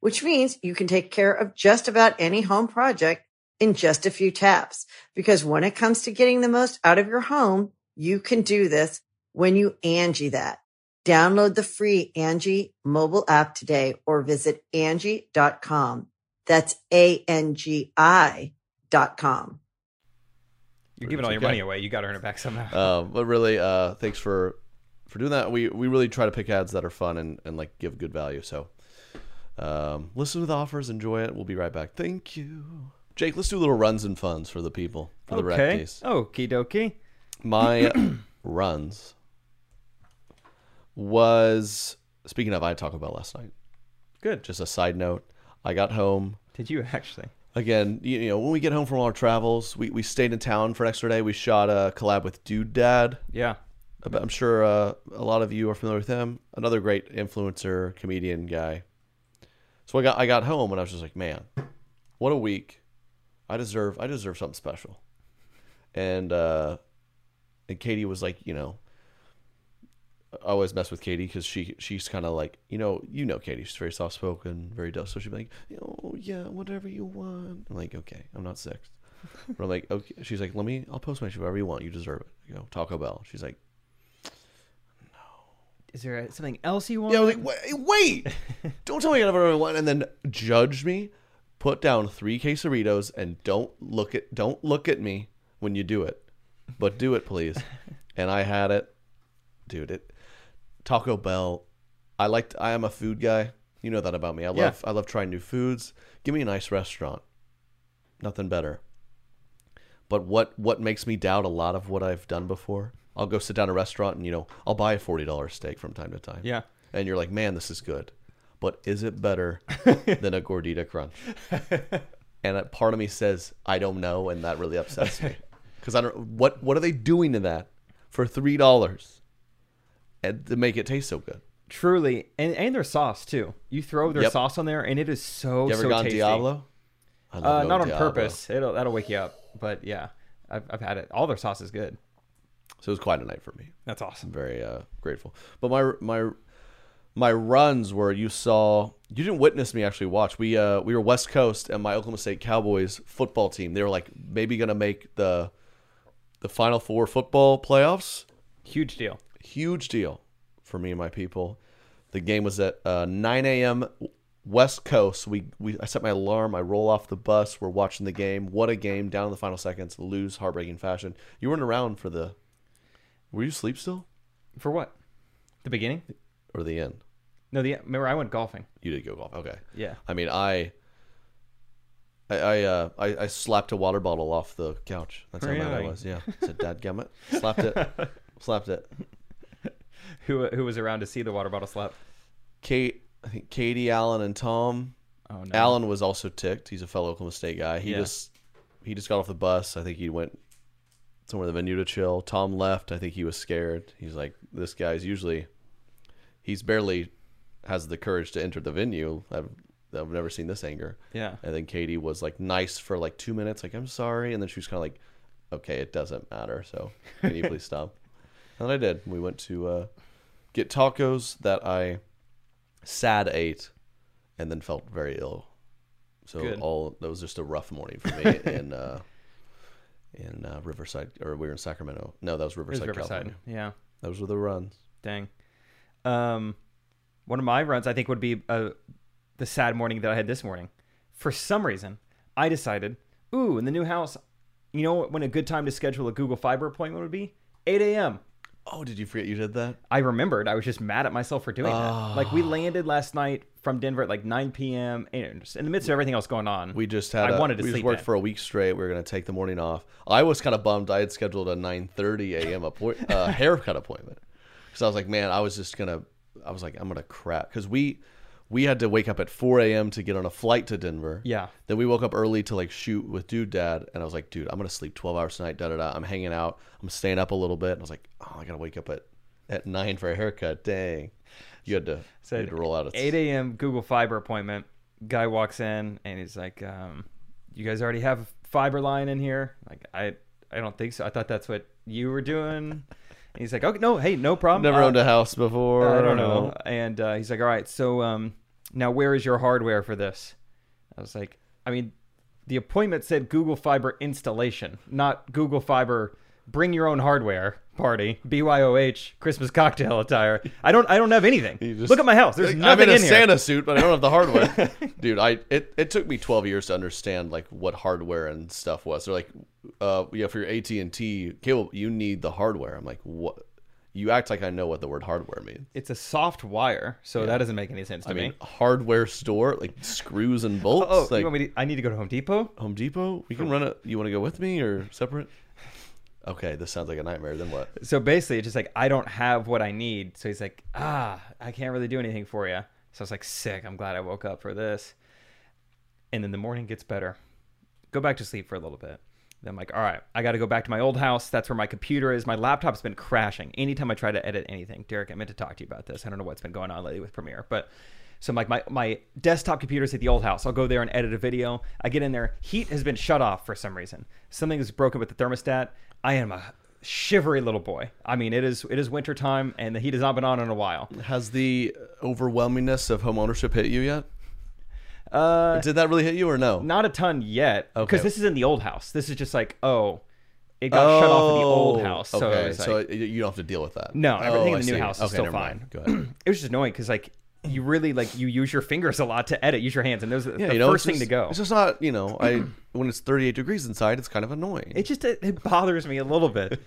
which means you can take care of just about any home project in just a few taps. Because when it comes to getting the most out of your home, you can do this when you Angie that. Download the free Angie mobile app today or visit Angie.com. That's A-N-G-I dot com. You're giving all your okay. money away. You got to earn it back somehow. uh, but really, uh, thanks for for doing that. We we really try to pick ads that are fun and and like give good value. So, um, listen to the offers, enjoy it. We'll be right back. Thank you, Jake. Let's do little runs and funs for the people for the okay. recties. Okie dokie. my runs was speaking of I talked about last night. Good. Just a side note. I got home Did you actually? again. You, you know, when we get home from our travels, we, we stayed in town for an extra day. We shot a collab with Dude Dad. Yeah. But I'm sure uh, a lot of you are familiar with him. Another great influencer, comedian guy. So I got I got home and I was just like, man, what a week! I deserve I deserve something special. And uh, and Katie was like, you know, I always mess with Katie because she she's kind of like you know you know Katie she's very soft spoken very dope so she'd be like oh yeah whatever you want I'm like okay I'm not six but I'm like okay she's like let me I'll post my shit whatever you want you deserve it you know Taco Bell she's like Is there uh, something else you want? Yeah, I was like, wait, wait. don't tell me I never one. And then judge me, put down three quesaritos, and don't look at don't look at me when you do it, but do it please. and I had it, dude. It Taco Bell. I liked. I am a food guy. You know that about me. I Yeah. love. I love trying new foods. Give me a nice restaurant. Nothing better. But what what makes me doubt a lot of what I've done before? I'll go sit down at a restaurant and you know I'll buy a forty dollar steak from time to time Yeah. and you're like, man, this is good, but is it better than a gordita crunch? and a part of me says, I don't know, and that really upsets me because I don't what what are they doing to that for three dollars and to make it taste so good? Truly, and and their sauce too. You throw their Yep. sauce on there, and it is so You ever so gone tasty. Diablo? I Uh, going not on Diablo. purpose. It'll that'll wake you up. But yeah, I've, I've had it. All their sauce is good. So it was quite a night for me. That's awesome. very uh, grateful. But my my my runs where you saw you didn't witness me actually watch. We uh we were West Coast and my Oklahoma State Cowboys football team. They were like maybe gonna make the the Final Four football playoffs. Huge deal. Huge deal for me and my people. The game was at uh, 9 a.m. West Coast. We, we I set my alarm. I roll off the bus. We're watching the game. What a game! Down in the final seconds, lose heartbreaking fashion. You weren't around for the. Were you asleep still, For what? The beginning? or the end? No, the remember I went golfing. You did go golf. Okay. Yeah. I mean, I. I I, uh, I I slapped a water bottle off the couch. That's how mad I Really? was. Yeah. I said, "Dad, gummit!" Slapped it. slapped it. Who who was around to see the water bottle slap? Kate, I think Katie, Allen, and Tom. Oh no. Allen was also ticked. He's a fellow Oklahoma State guy. He Yeah. just he just got off the bus. I think he went somewhere in the venue to chill. Tom left. I think he was scared. He's like, this guy's usually he's barely has the courage to enter the venue. I've I've never seen this anger. Yeah. And then Katie was like nice for like two minutes, like I'm sorry, and then she was kind of like, okay, it doesn't matter. So can you please stop? And then I did. We went to uh, get tacos that I sad ate, and then felt very ill. So Good. all that was just a rough morning for me in uh, in uh, Riverside, or we were in Sacramento. No, that was It was Riverside, Riverside. California. Yeah. Those were the runs. Dang. Um, one of my runs, I think, would be uh, the sad morning that I had this morning. For some reason, I decided, ooh, in the new house, you know when a good time to schedule a Google Fiber appointment would be? 8 a.m. Oh, did you forget you did that? I remembered. I was just mad at myself for doing that. Like, Ah. we landed last night from Denver at like 9 p.m. and just in the midst of everything else going on. We just had. I a- wanted to we sleep just worked in. for a week straight. We were going to take the morning off. I was kind of bummed. I had scheduled a 9:30 a.m. appoint, uh, haircut appointment because I was like, man, I was just gonna. I was like, I'm gonna crap because we we had to wake up at 4 a.m. to get on a flight to Denver. Yeah. Then we woke up early to like shoot with dude dad, and I was like, dude, I'm gonna sleep 12 hours tonight. Da da da. I'm hanging out. I'm staying up a little bit. And I was like, oh, I gotta wake up at at nine for a haircut. Dang. You had to, you had to roll out at 8 a.m. Google Fiber appointment. Guy walks in and he's like, um, "You guys already have fiber line in here?" Like, I, I don't think so. I thought that's what you were doing. And he's like, "Okay, no, hey, no problem. Never Uh, owned a house before. I don't know." And uh, he's like, "All right, so um, now where is your hardware for this?" I was like, "I mean, the appointment said Google Fiber installation, not Google Fiber." Bring your own hardware party, BYOH, Christmas cocktail attire. I don't. I don't have anything. just- Look at my house. There's nothing I'm in a here. Santa suit, but I don't have the hardware. Dude, I it, it took me 12 years to understand like what hardware and stuff was. They're like, uh, yeah, for your AT and T cable, you need the hardware. I'm like, what? You act like I know what the word hardware means. it's a soft wire, so that doesn't make any sense to I me. mean, hardware store like screws and bolts. oh, like you want me to, I need to go to Home Depot. Home Depot. We can run it. You want to go with me or separate? Okay, this sounds like a nightmare. Then what? So basically, it's just like I don't have what I need. So he's like, ah, I can't really do anything for you. So I was like, sick. I'm glad I woke up for this. And then the morning gets better. Go back to sleep for a little bit. Then I'm like, all right, I got to go back to my old house. That's where my computer is. My laptop's been crashing anytime I try to edit anything. Derek, I meant to talk to you about this. I don't know what's been going on lately with Premiere, but so I'm like, my, my desktop computer's at the old house. I'll go there and edit a video. I get in there. Heat has been shut off for some reason. Something is broken with the thermostat. I am a shivery little boy. I mean, it is it is winter time and the heat has not been on in a while. Has the overwhelmingness of home ownership hit you yet? Uh, Did that really hit you or no? Not a ton yet, because Okay. this is in the old house. This is just like, oh, it got shut off in the old Oh, house. So, Okay, it was so like- it- you don't have to deal with that. Oh, No, everything in the I new see. house is Okay, still never mind. fine. Go ahead. it was just annoying because like you really like you use your fingers a lot to edit, use your hands, and those are Yeah, the you know, first it's thing to just- go. It's just not, you know, I when it's 38 degrees inside, it's kind of annoying. it just it, it bothers me a little bit.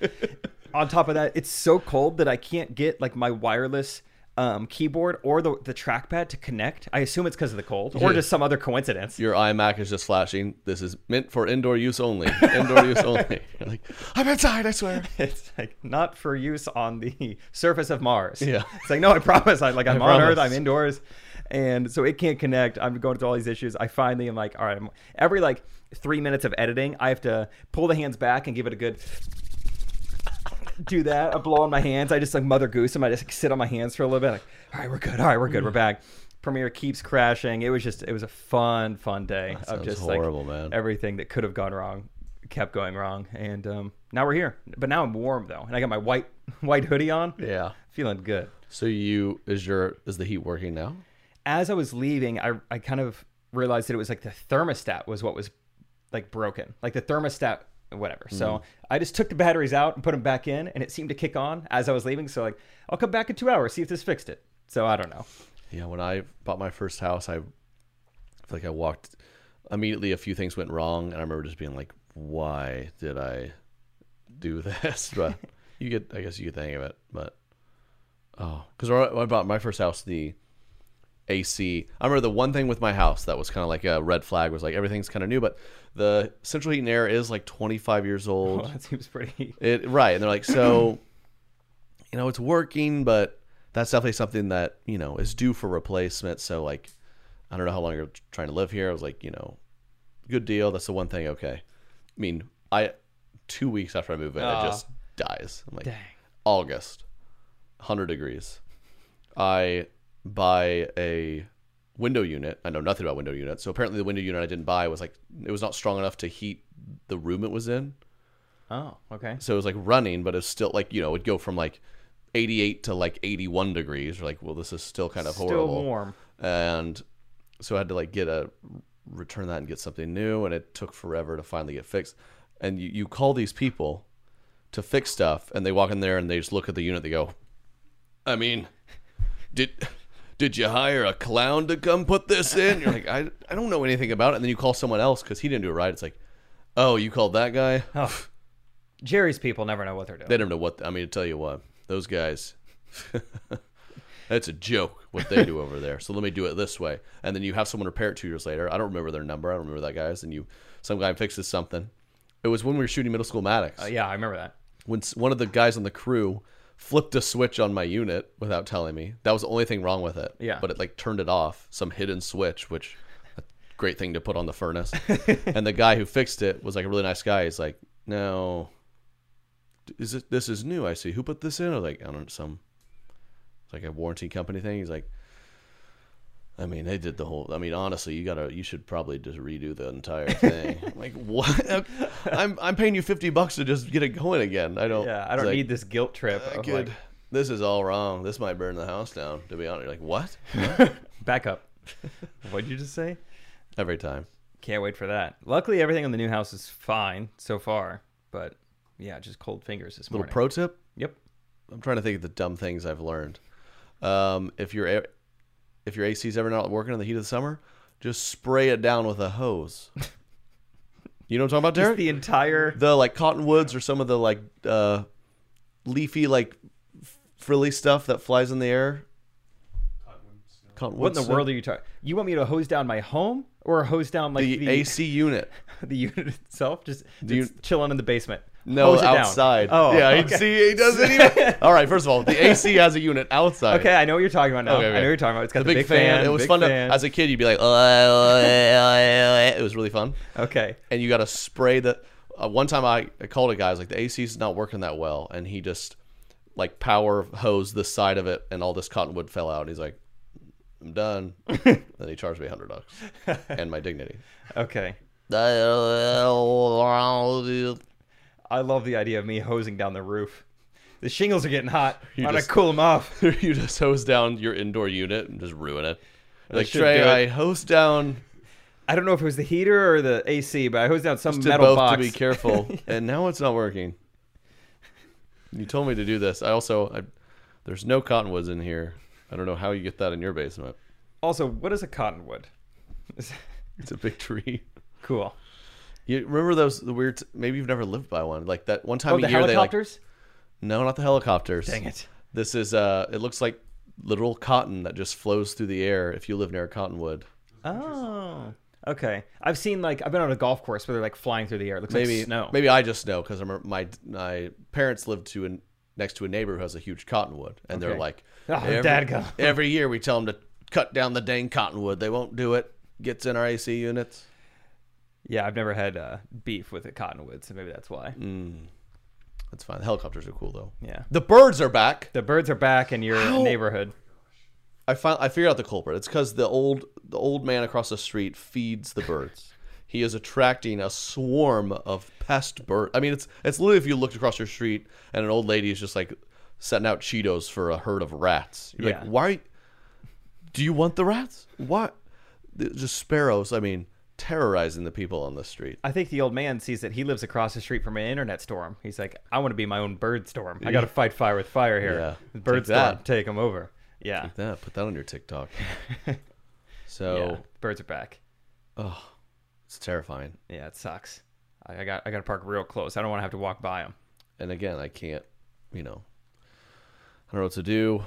On top of that, it's so cold that I can't get like my wireless um, keyboard or the the trackpad to connect. I assume it's because of the cold or just some other coincidence. Your iMac is just flashing. This is meant for indoor use only. Indoor use only. You're like, I'm outside. I swear. It's like not for use on the surface of Mars. Yeah. It's like no, I promise. I like I'm on Earth. promise. I'm indoors, and so it can't connect. I'm going through all these issues. I finally am like, all right. I'm, every like three minutes of editing, I have to pull the hands back and give it a good. Do that. I blow on my hands. I just like Mother Goose them. I just like, sit on my hands for a little bit. Like, all right, we're good. All right, we're Mm. good. We're back. Premiere keeps crashing. It was just, it was a fun, fun day of sounds just horrible, like man. everything that could have gone wrong kept going wrong and um, now we're here but now i'm warm though and i got my white white hoodie on Yeah. feeling good So you is your is the heat working now? as i was leaving i, I kind of realized that it was like the thermostat was what was like broken like the thermostat whatever Hmm. so i just took the batteries out and put them back in and it seemed to kick on as i was leaving so like i'll come back in two hours see if this fixed it so i don't know Yeah, when I bought my first house, I Like I walked immediately, a few things went wrong, and I remember just being like, "Why did I do this?" But you get, I guess, you get the hang of it. But oh, because I bought my first house the AC. I remember the one thing with my house that was kind of like a red flag was like everything's kind of new, but the central heat and air is like 25 years old. Well, that seems pretty. It right, and they're like, so, you know, it's working, but that's definitely something that you know is due for replacement. So like, I don't know how long you're trying to live here. I was like, you know, good deal. That's the one thing. Okay, I mean, I two weeks after I move in, Aw. it just dies. I'm like, Dang. August, hundred degrees. I buy a window unit. I know nothing about window units, so apparently the window unit I didn't buy was like it was not strong enough to heat the room it was in Oh, okay. so it was like running, but it's still like you know it'd go from like 88 to like 81 degrees. You're like, well, this is still kind of Still horrible. warm. And so I had to like get a return that and get something new, and it took forever to finally get fixed. And you, you call these people to fix stuff, and they walk in there and they just look at the unit. They go, I mean, did. Did you hire a clown to come put this in? You're like, I, I don't know anything about it. And then you call someone else because he didn't do it right. It's like, oh, you called that guy? Oh. Jerry's people never know what they're doing. They don't know what. I mean, to tell you what, those guys. that's a joke what they do over there. So let me do it this way, and then you have someone repair it two years later. I don't remember their number. I don't remember that guy's. And you, some guy fixes something. It was when we were shooting middle school Maddox. Uh, yeah, I remember that. When s- one of the guys on the crew flipped a switch on my unit without telling me. That was the only thing wrong with it. Yeah. But it like turned it off. Some hidden switch, which a great thing to put on the furnace. and the guy who fixed it was like a really nice guy. He's like, no, is it this is new i see who put this in i was like i don't know some it's like a warranty company thing he's like i mean they did the whole i mean honestly you gotta you should probably just redo the entire thing I'm like what i'm i'm paying you 50 bucks to just get it going again i don't Yeah, I don't it's like, need this guilt trip. "Uh, of, good like, this is all wrong this might burn the house down to be honest You're like what back up. What'd you just say? every time Can't wait for that. Luckily, everything on the new house is fine so far. But yeah, just cold fingers this little morning. pro tip Yep. I'm trying to think of the dumb things I've learned. Um, if your air- if your AC's ever not working in the heat of the summer, just spray it down with a hose. you know what I'm talking about, Just Derek? the entire. the like cottonwoods or some of the like uh, leafy like f- frilly stuff that flies in the air. Cottonwoods. What in the world are you talking? You want me to hose down my home or hose down like The, the AC unit. the unit itself? Just, you- just chilling in the basement. No, Hose it down. outside. Oh, yeah. okay. he- See, he doesn't even. All right. First of all, the AC has a unit outside. Okay, I know what you're talking about now. Okay, I okay. know what you're talking about. It's got the big, fan. It was big fun to, fan. as a kid. You'd be like, it was really fun. okay. And you got to spray the. Uh, one time I, I called a guy. I was like, the AC's not working that well, and he just like power hosed the side of it, and all this cottonwood fell out. He's like, I'm done. then he charged me hundred bucks and my dignity. Okay. That's I love the idea of me hosing down the roof. The shingles are getting hot. I'm gonna just- cool them off. you just hose down your indoor unit and just ruin it. Like should Trey, do it. I hose down I don't know if it was the heater or the AC, but I hosed down some to metal both box. to be careful, and now it's not working. You told me to do this. I also, I, there's no cottonwoods in here. I don't know how you get that in your basement. Also, what is a cottonwood? It's a big tree. cool. You remember those the weird? Maybe you've never lived by one. Like that one time Oh, a the year helicopters. they like no, not the helicopters. Dang it. This is uh, it looks like literal cotton that just flows through the air if you live near a cottonwood. Oh. Okay. I've seen like I've been on a golf course where they're like flying through the air. It looks maybe like snow. maybe I just know because my my parents lived to an, next to a neighbor who has a huge cottonwood, and they're Okay. like, Oh, dadgum. every year we tell them to cut down the dang cottonwood. They won't do it. Gets in our AC units. Yeah, I've never had uh, beef with a cottonwood, so maybe that's why. Mm. That's fine. The helicopters are cool though. Yeah. The birds are back. The birds are back in your neighborhood. I find I figured out the culprit. It's because the old the old man across the street feeds the birds. he is attracting a swarm of pest bird. I mean, it's it's literally if you looked across your street and an old lady is just like setting out Cheetos for a herd of rats. You're Yeah. like, why? Do you want the rats? What? Th- Just sparrows. I mean, terrorizing the people on the street. I think the old man sees that he lives across the street from an internet storm. He's like, I want to be my own bird storm. I got to fight fire with fire here. Yeah. Take Bird storm, that. take them over. Yeah. That put that on your TikTok. so yeah. Birds are back. Oh, it's terrifying. Yeah, it sucks. I, I got I got to park real close. I don't want to have to walk by them. And again, I can't, you know, I don't know what to do.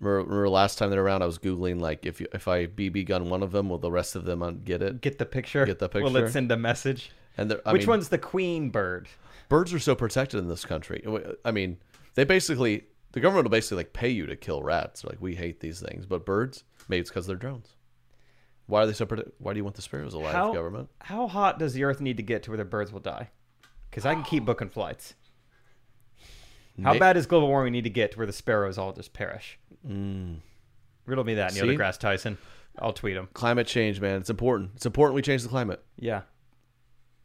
Remember, remember last time they're around, I was googling like if you, if I BB gun one of them, will the rest of them un- get it? Get the picture. Get the Well, picture. let's send a message. And they're- I Which mean, one's the queen bird? birds are so protected in this country. I mean, they basically the government will basically like pay you to kill rats. Like we hate these things, but birds, maybe it's because they're drones. Why are they so? Prote- why do you want the sparrows alive, How- government? How hot does the Earth need to get to where the birds will die? Because I can keep booking flights. How Ma- bad does global warming need to get to where the sparrows all just perish? Riddle me that, Neil Mm. See? deGrasse Tyson. I'll tweet him. Climate change, man. It's important. It's important we change the climate. Yeah. You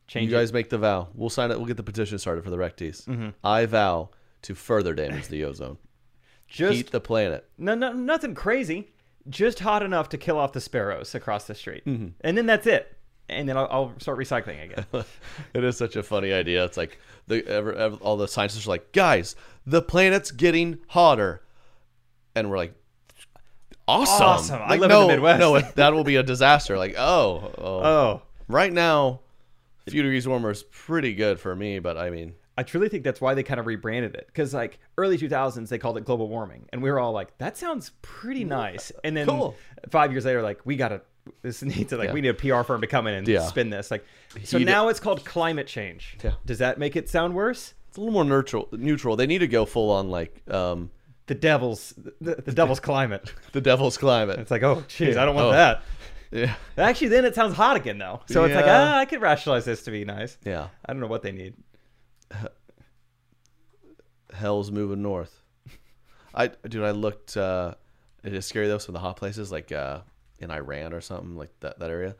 Change it. Mm-hmm. guys make the vow. We'll sign it. We'll get the petition started for the recties. I vow to further damage the ozone. Just Heat the planet. no, no, nothing crazy. Just hot enough to kill off the sparrows across the street, Mm-hmm. and then that's it. And then I'll, I'll start recycling again. It is such a funny idea. It's like the ever, ever, all the scientists are like, guys, the planet's getting hotter, and we're like, awesome. Awesome. I Like, live in no, the Midwest. No, it- that will be a disaster. Like, oh, oh. oh, right now, a few degrees warmer is pretty good for me, but I mean, I truly think that's why they kind of rebranded it because like early 2000s they called it global warming and we were all like that sounds pretty nice and then Cool. five years later like we gotta this needs to like we need a PR firm to come in and Yeah. spin this like so Heat it. now it's called climate change Yeah. does that make it sound worse it's a little more neutral. Neutral. They need to go full on like um, the devil's the, the devil's climate the devil's climate. it's like oh jeez I don't want Oh. that Yeah. actually then it sounds hot again though so it's like Yeah. ah I could rationalize this to be nice Yeah. I don't know what they need hell's moving north. I dude, I looked. Uh, it is scary though. Some of the hot places, like uh, in Iran or something, like that that area.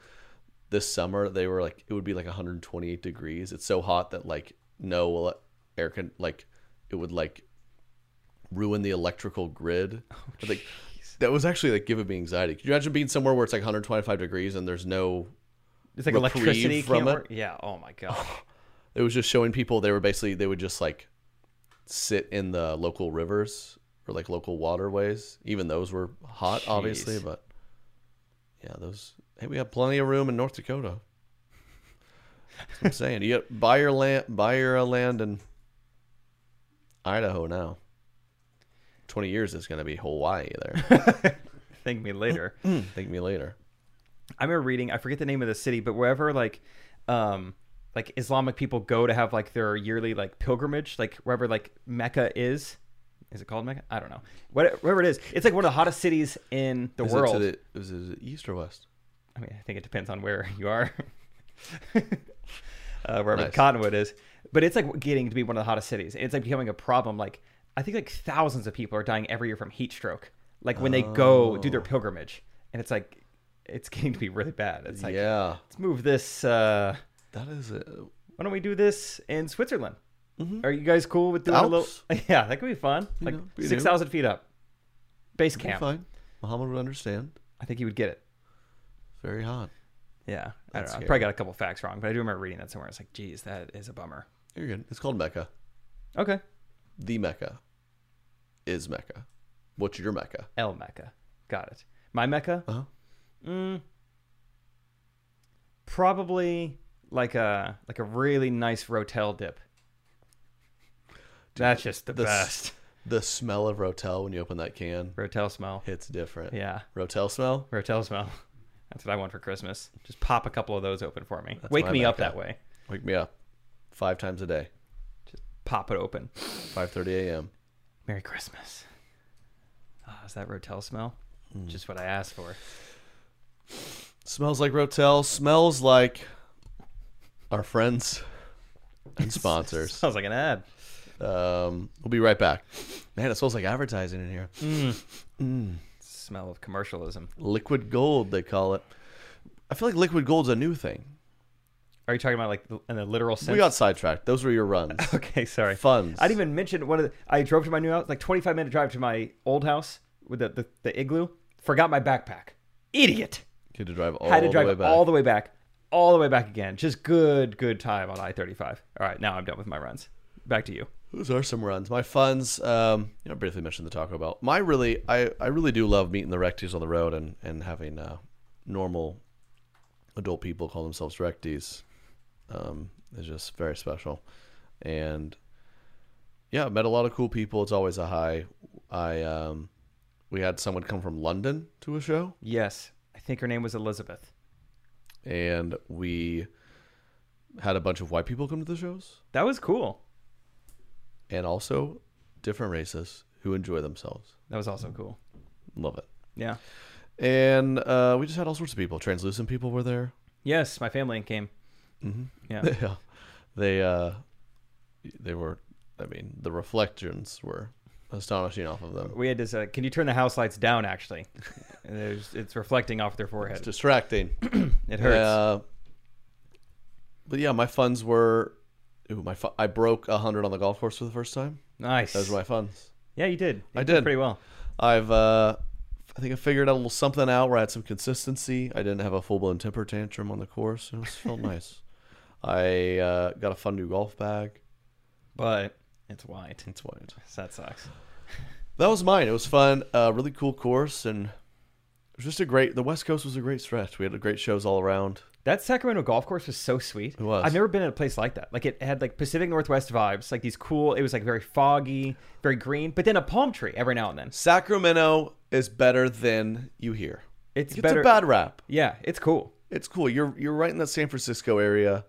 This summer, they were like it would be like 128 degrees. It's so hot that like no ele- air can like it would like ruin the electrical grid. I think that was actually like giving me anxiety. Could you imagine being somewhere where it's like 125 degrees and there's no it's like Reprieve electricity from can't it? work yeah oh my god it was just showing people they were basically they would just like sit in the local rivers or like local waterways even those were hot obviously Jeez. but yeah those hey we have plenty of room in north dakota That's what i'm saying you got buy your land buy your uh, land in idaho now 20 years it's going to be hawaii there Hmm, thank me later. think me later I remember reading, I forget the name of the city, but wherever like um like Islamic people go to have like their yearly like pilgrimage, like wherever like Mecca is. Is it called Mecca? I don't know. What, wherever it is, it's like one of the hottest cities in the is world. it to the is it east or west I mean, I think it depends on where you are, uh, wherever Nice. Cottonwood is. But it's like getting to be one of the hottest cities. It's like becoming a problem. Like I think like thousands of people are dying every year from heat stroke. Like when they go do their Oh. pilgrimage, and it's like it's getting to be really bad. It's like yeah let's move this. Uh, that is it why don't we do this in Switzerland? Are you guys cool with doing Alps? a little? Yeah, that could be fun. Like know, Mm-hmm. you know. six thousand feet up, base camp. fine muhammad would understand I think he would get it. very hot Yeah, I don't know. I scary. probably got a couple facts wrong, but I do remember reading that somewhere. It's like, geez, that is a bummer. You're good. It's called Mecca. Okay, The Mecca is Mecca. What's your Mecca? El Mecca, got it. My Mecca, Uh-huh. probably like a like a really nice Rotel dip. That's just the, the s- best The smell of Rotel when you open that can Rotel smell. hits different. Yeah, Rotel smell? Rotel smell. That's what I want for Christmas. Just pop a couple of those open for me. Wake my me up Mecca. that way. Wake me up five times a day, Pop it open. 5.30 a.m. Merry Christmas. Ah, is that Rotel smell? Hmm. Just what I asked for. Smells like Rotel. Smells like our friends and sponsors. Sounds like an ad. Um, we'll be right back. Man, it smells like advertising in here. Smell of commercialism. Liquid gold, they call it. I feel like liquid gold's a new thing. Are you talking about like the- in the literal sense? We got sidetracked. Those were your runs. okay, sorry. Funds. I'd even mentioned one of the. I drove to my new house, like 25 minute drive to my old house with the, the, the igloo. Forgot my backpack. Idiot. Had to drive all Had to the way drive back. all the way back, all the way back again. Just good, good time on I 35. All right, now I'm done with my runs. Back to you. Those are some runs. My funds. Um, you know, I briefly mentioned the Taco Bell. My really, I, I really do love meeting the recties on the road and and having uh, normal adult people call themselves directees um, is just very special. And yeah, met a lot of cool people. It's always a high. I um, we had someone come from London to a show, Yes, I think her name was Elizabeth. and we had a bunch of white people come to the shows, That was cool. and also different races who enjoy themselves. That was also cool. Love it. Yeah. And uh, we just had all sorts of people. Translucent people were there. Yes, my family came. Mm-hmm. Yeah. Yeah, they uh, they were. I mean, the reflections were astonishing off of them. We had this. Uh, can you turn the house lights down? Actually, and there's, it's reflecting off their forehead. It's distracting. it hurts. Uh, but yeah, my funds were. Ooh, my fu- I broke hundred on the golf course for the first time. nice. Those were my funds. yeah, you did. You I did. pretty well. I've uh, I think I figured out a little something out where I had some consistency. I didn't have a full blown temper tantrum on the course. It was felt nice. I uh, got a fun new golf bag. But it's white. It's white. So that sucks. That was mine. It was fun. Uh, really cool course, and it was just a great. The West Coast was a great stretch. We had great shows all around. That Sacramento golf course was so sweet. It was. I've never been at a place like that. Like it had like Pacific Northwest vibes. Like these cool. It was like very foggy, very green, but then a palm tree every now and then. Sacramento is better than you hear. It's It's better. a bad rap. Yeah, it's cool. It's cool. You're you're right in that San Francisco area,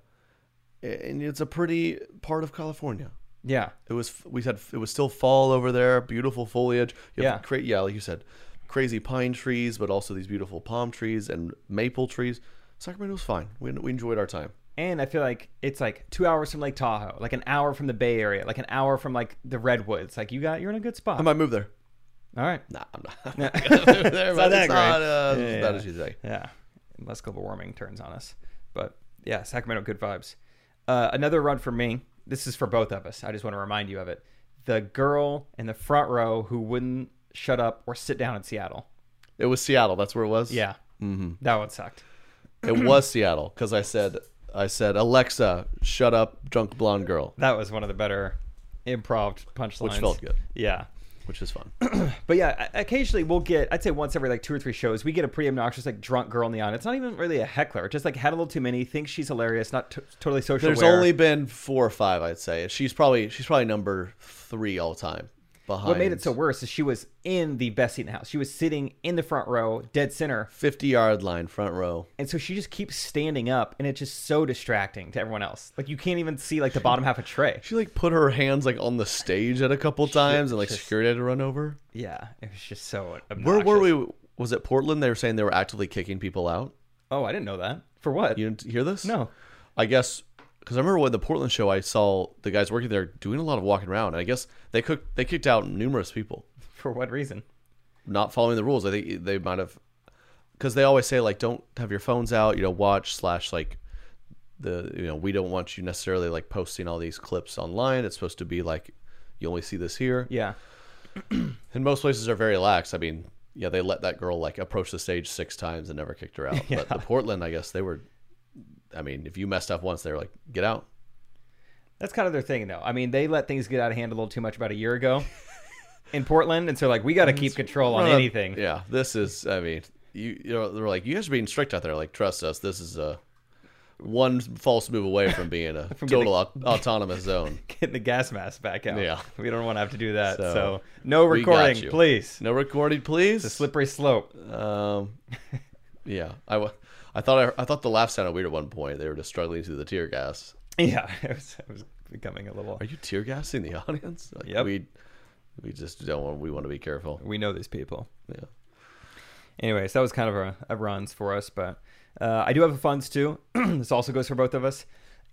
and it's a pretty part of California. Yeah, It was we had it was still fall over there. Beautiful foliage. You have Yeah. cra- yeah, like you said, crazy pine trees, but also these beautiful palm trees and maple trees. Sacramento was fine. We we enjoyed our time. and I feel like it's like two hours from Lake Tahoe, like an hour from the Bay Area, like an hour from like the Redwoods. Like you got, you're in a good spot. I might move there. All right. Nah, I'm not. I'm not gonna move there, but that it's great. not, uh, it's Yeah, not yeah. as you say. Yeah, unless global warming turns on us. But yeah, Sacramento, good vibes. Uh, another run for me. This is for both of us. I just want to remind you of it. The girl in the front row who wouldn't shut up or sit down in Seattle. It was Seattle. That's where it was. Yeah, mm-hmm. that one sucked. it was Seattle because I said I said Alexa, shut up, drunk blonde girl, That was one of the better improv punchlines. which felt good, Yeah. which is fun. But yeah, o- occasionally we'll get, I'd say once every like two or three shows, we get a pretty obnoxious, like drunk girl in the audience. Not even really a heckler, just like had a little too many, thinks she's hilarious, not t- totally social There's aware. only been four or five, I'd say. She's probably she's probably number three all time. Behind What made it so worse is she was in the best seat in the house. She was sitting in the front row, dead center. 50 yard line front row. And so she just keeps standing up and it's just so distracting to everyone else. Like you can't even see like the bottom half of tray. She like put her hands like on the stage at a couple times and like just- security had to run over. Yeah, it was just so obnoxious. Where were we? Was it Portland? They were saying they were actively kicking people out. Oh, I didn't know that. For what? You didn't hear this? no. I guess because I remember when the Portland show, I saw the guys working there doing a lot of walking around, and I guess they cooked they kicked out numerous people For what reason? not following the rules. I think they might have because they always say like don't have your phones out, you know, watch slash like the you know we don't want you necessarily like posting all these clips online. It's supposed to be like you only see this here. Yeah. And most places are very lax. I mean, yeah, they let that girl like approach the stage six times and never kicked her out. But the Portland, I guess they were. I mean, if you messed up once, they were like, "Get out." That's kind of their thing though. I mean, they let things get out of hand a little too much about a year ago in Portland. And so like we gotta keep control on Uh, anything. Yeah, this is. I mean, you you know they're like you guys are being strict out there. Like trust us, this is a one false move away from being a total au- autonomous zone. Getting the gas mask back out. Yeah. We don't want to have to do that. So, So, no we got recording, you. please. No recording, please. Slippery slope. Um, yeah, I, wa- I thought I, I thought the laugh sounded weird at one point. They were just struggling through the tear gas. Yeah, it was, it was becoming a little. Are you tear gassing the audience? Like, Yep. We we just don't want. We want to be careful. We know these people. Yeah. Anyways, that was kind of a, a runs for us, but uh, I do have a funds too. this also goes for both of us.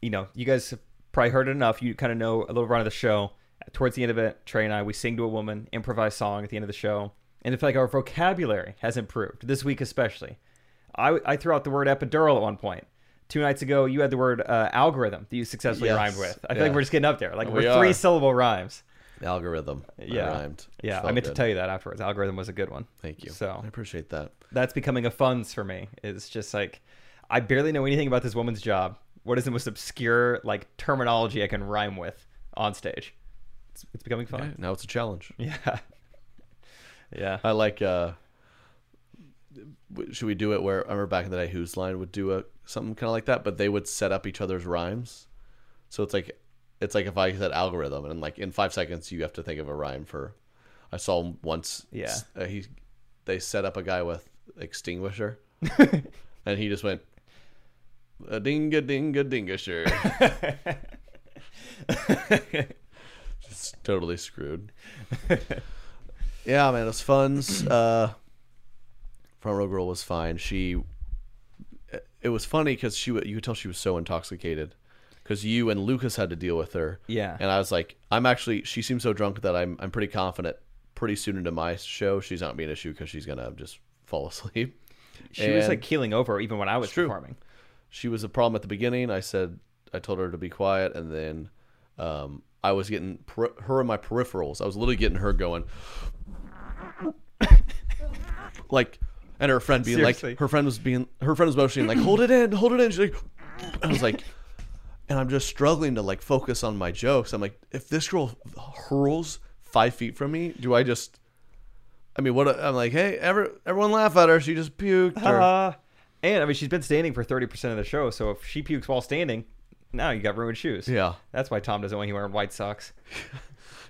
You know, you guys have probably heard it enough. You kind of know a little run of the show. Towards the end of it, Trey and I we sing to a woman, improvise song at the end of the show, and I feel like our vocabulary has improved this week especially. I, I threw out the word epidural at one point. Two nights ago, you had the word uh, algorithm that you successfully Yes. rhymed with. I feel like Yeah. we're just getting up there. Like We we are three are. syllable rhymes. Algorithm. that yeah. Rhymed. Yeah, I meant to tell you that afterwards. Algorithm was a good one. Thank you. So I appreciate that. that's becoming a funds for me. It's just like I barely know anything about this woman's job. What is the most obscure like terminology I can rhyme with on stage? It's, it's becoming fun. Now it's a challenge. Yeah. Yeah. I like. uh w- Should we do it where I remember back in the day, Who's Line would do a something kind of like that, but they would set up each other's rhymes. So it's like it's like if I said algorithm and like in five seconds you have to think of a rhyme for. I saw once. Yeah. s- Uh, he they set up a guy with extinguisher, and he just went a dinga dinga dingisher. just totally screwed. yeah, man, it was fun. Uh, front row girl was fine. She it was funny because she wa- you could tell she was so intoxicated because you and Lucas had to deal with her. Yeah. and I was like, I'm actually she seems so drunk that I'm I'm pretty confident. Pretty soon into my show, she's not gonna be an issue because she's gonna just fall asleep. She was And- like keeling over even when I was true. performing. she was a problem at the beginning. I said I told her to be quiet, and then um, I was getting per- her and my peripherals. I was literally getting her going, like, and her friend being Seriously. like, her friend was being, her friend was motioning like, hold it in, hold it in. She's like, I was like, and I'm just struggling to like focus on my jokes. I'm like, if this girl hurls five feet from me, do I just? I mean, what? I'm like, hey, every, everyone laugh at her. She just puked. Or, Uh, and I mean, she's been standing for 30% of the show. So if she pukes while standing, now you got ruined shoes. Yeah. That's why Tom doesn't want you wearing white socks.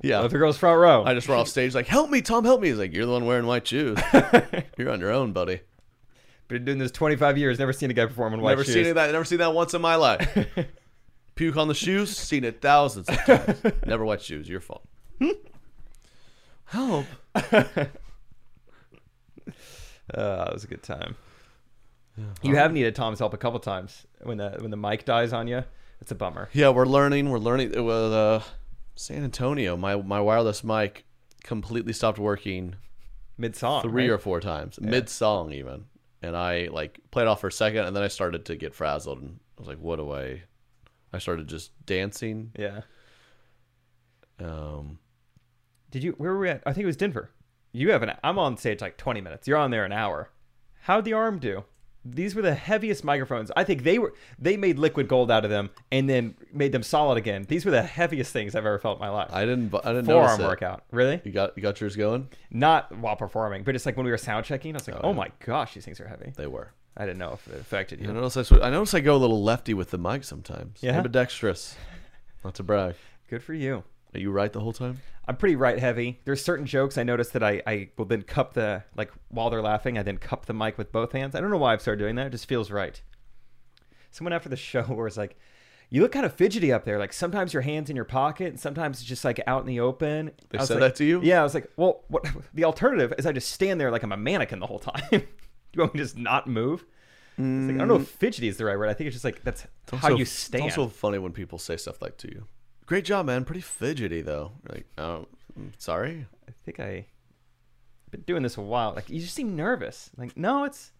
yeah. Oh, the girl's front row. I just run off stage like, "Help me, Tom! Help me!" He's like, "You're the one wearing white shoes. You're on your own, buddy." Been doing this 25 years, never seen a guy perform in white Never shoes. seen that. Never seen that once in my life. Puke on the shoes. Seen it thousands of times. Never white shoes. Your fault. Help. Uh, it was a good time. You have needed Tom's help a couple times when the when the mic dies on you. It's a bummer. Yeah, we're learning. We're learning. It was uh, San Antonio. My my wireless mic completely stopped working Mid song. three or four times mid song even, and I like played off for a second, and then I started to get frazzled, and I was like, "What do I?" I started just dancing. Yeah. Um, Did you? Where were we at? I think it was Denver. You have an. I'm on stage like 20 minutes. You're on there an hour. How'd the arm do? These were the heaviest microphones. I think they were. They made liquid gold out of them and then made them solid again. These were the heaviest things I've ever felt in my life. I didn't. I didn't notice Forearm it. workout. Really? You got you got yours going. Not while performing, but it's like when we were sound checking. I was like, oh, my gosh, these things are heavy. They were. I didn't know if it affected you. I notice I, sw- I notice I go a little lefty with the mic sometimes. Yeah? ambidextrous. Not to brag. Good for you. Are you right the whole time? I'm pretty right heavy. There's certain jokes I noticed that I, I will then cup the like while they're laughing, I then cup the mic with both hands. I don't know why I've started doing that. It just feels right. Someone after the show was like, "You look kind of fidgety up there. Like sometimes your hands in your pocket, and sometimes it's just like out in the open." They I was said like- that to you? Yeah, I was like, "Well, what?" The alternative is I just stand there like I'm a mannequin the whole time. Do you want me to just not move? It's like, I don't Mm. know if fidgety is the right word. I think it's just like that's how Also- you stand. It's also funny when people say stuff like to you. Great job, man. Pretty fidgety though. You're Like, oh, I'm sorry. I think I been doing this a while. Like you just seem nervous. Like no, it's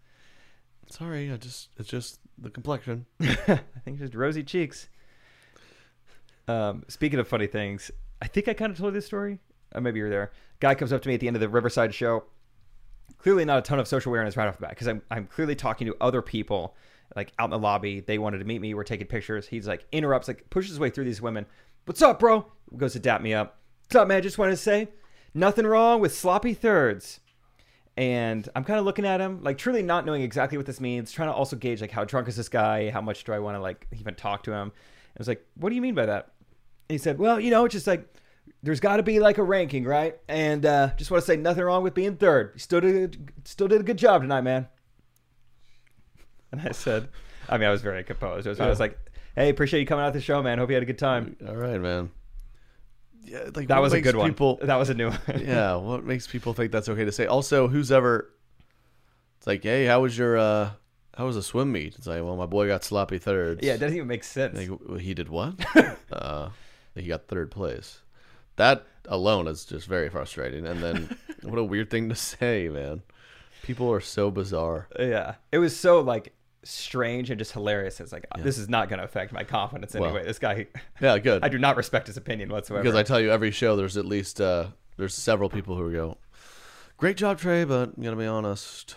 Sorry. I just it's just the complexion. I think just rosy cheeks. Um, speaking of funny things, I think I kind of told you this story. Uh, maybe you're there. Guy comes up to me at the end of the Riverside show. Clearly, not a ton of social awareness right off the bat because I'm I'm clearly talking to other people like out in the lobby. They wanted to meet me. We're taking pictures. He's like interrupts, like pushes his way through these women. What's up, bro? Goes to dap me up. What's up, man? Just wanted to say nothing wrong with sloppy thirds and I'm kind of looking at him, like truly not knowing exactly what this means, trying to also gauge like how drunk is this guy, how much do I want to like even talk to him. I was like, "What do you mean by that?" And he said, "Well, you know, it's just like there's got to be like a ranking, right? And uh, just want to say nothing wrong with being third. You Still did still did a good job tonight, man." And I said, I mean, I was very composed. I was, I was like, "Hey, appreciate you coming out to the show, man. Hope you had a good time." All right, man. Yeah, like That what was a makes good one. People, That was a new one. yeah what makes people think that's okay to say also who's ever it's like hey how was your uh how was the swim meet it's like well my boy got sloppy thirds yeah, it doesn't even make sense. like, "Well, he did what uh he got third place that alone is just very frustrating and then what a weird thing to say man people are so bizarre Yeah. It was so like strange and just hilarious. It's like this is not going to affect my confidence anyway. this guy, yeah good I do not respect his opinion whatsoever. because i tell you every show there's at least uh there's several people who go great job trey but i'm gonna be honest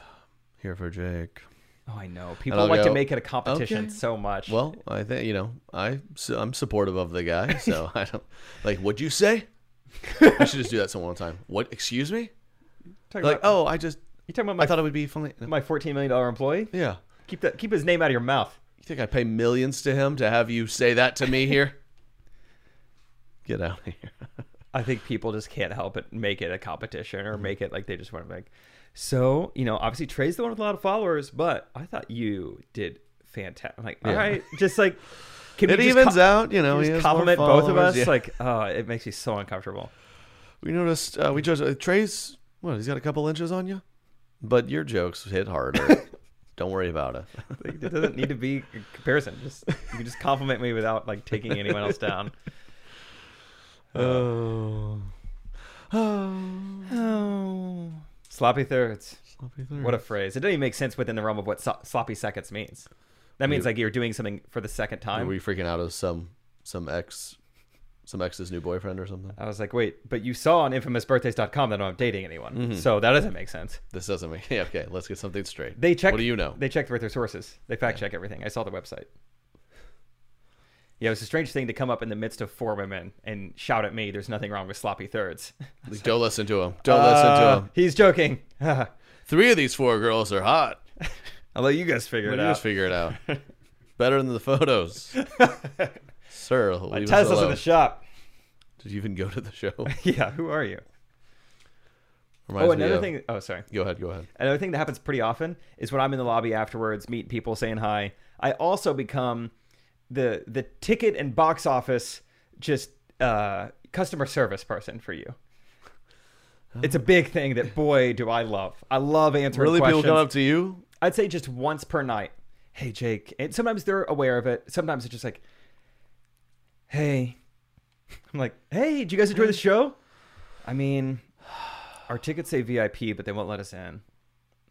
here for jake oh, I know people I'll like to go, make it a competition "Okay." so much. Well, I think you know I so I'm supportive of the guy, so I don't like. What'd you say? I should just do that some one time. What? Excuse me? talking Like, about, oh, I just you talking I about my thought it would be funny. my fourteen million dollar employee? Yeah, Keep that keep his name out of your mouth. You think I pay millions to him to have you say that to me here? Get out of here. I think people just can't help but make it a competition Mm-hmm. or make it like they just want to like. So you know, obviously Trey's the one with a lot of followers, but I thought you did fantastic. Like, all right, just like can It we just evens co- out, you know. can we he just has more compliment both of followers, us. yeah. Like, oh, it makes me so uncomfortable. we noticed, uh, we judged uh, Trey's. What? He's got a couple inches on you, but your jokes hit harder. Don't worry about it. Like, it doesn't need to be a comparison. Just you can just compliment me without like taking anyone else down. Oh, oh, Oh, sloppy thirds. sloppy third. What a phrase! It doesn't even make sense within the realm of what so- sloppy seconds means. That means like you're doing something for the second Are time. we freaking out as some some ex, some ex's new boyfriend or something? I was like, wait, but you saw on infamousbirthdays.com that I'm dating anyone. Mm-hmm. So that doesn't make sense. This doesn't make. Yeah, okay, let's get something straight. They check. What do you know? They checked with their sources. They fact check everything. I saw the website. Yeah, it was a strange thing to come up in the midst of four women and shout at me. There's nothing wrong with sloppy thirds. Don't listen to him. Don't Uh, listen to him. He's joking. I'll Three of these four girls are hot. let you guys figure You it out. just figure it out. Better than the photos, sir. Leave us Tesla's in alone. the Oh, shop. Did you even go to the show? Yeah, who are you? Reminds oh, me another of- thing. Oh, sorry. Go ahead. Go ahead. Another thing that happens pretty often is when I'm in the lobby afterwards, meeting people, saying hi. I also become the the ticket and box office just uh, customer service person for you. It's a big thing that boy do I love. I love answering Oh. Really, questions. people come up to you. I'd say just once per night. Hey Jake, and sometimes they're aware of it. Sometimes it's just like, hey, I'm like, hey, did you guys enjoy the show? I mean, our tickets say VIP, but they won't let us in. I'm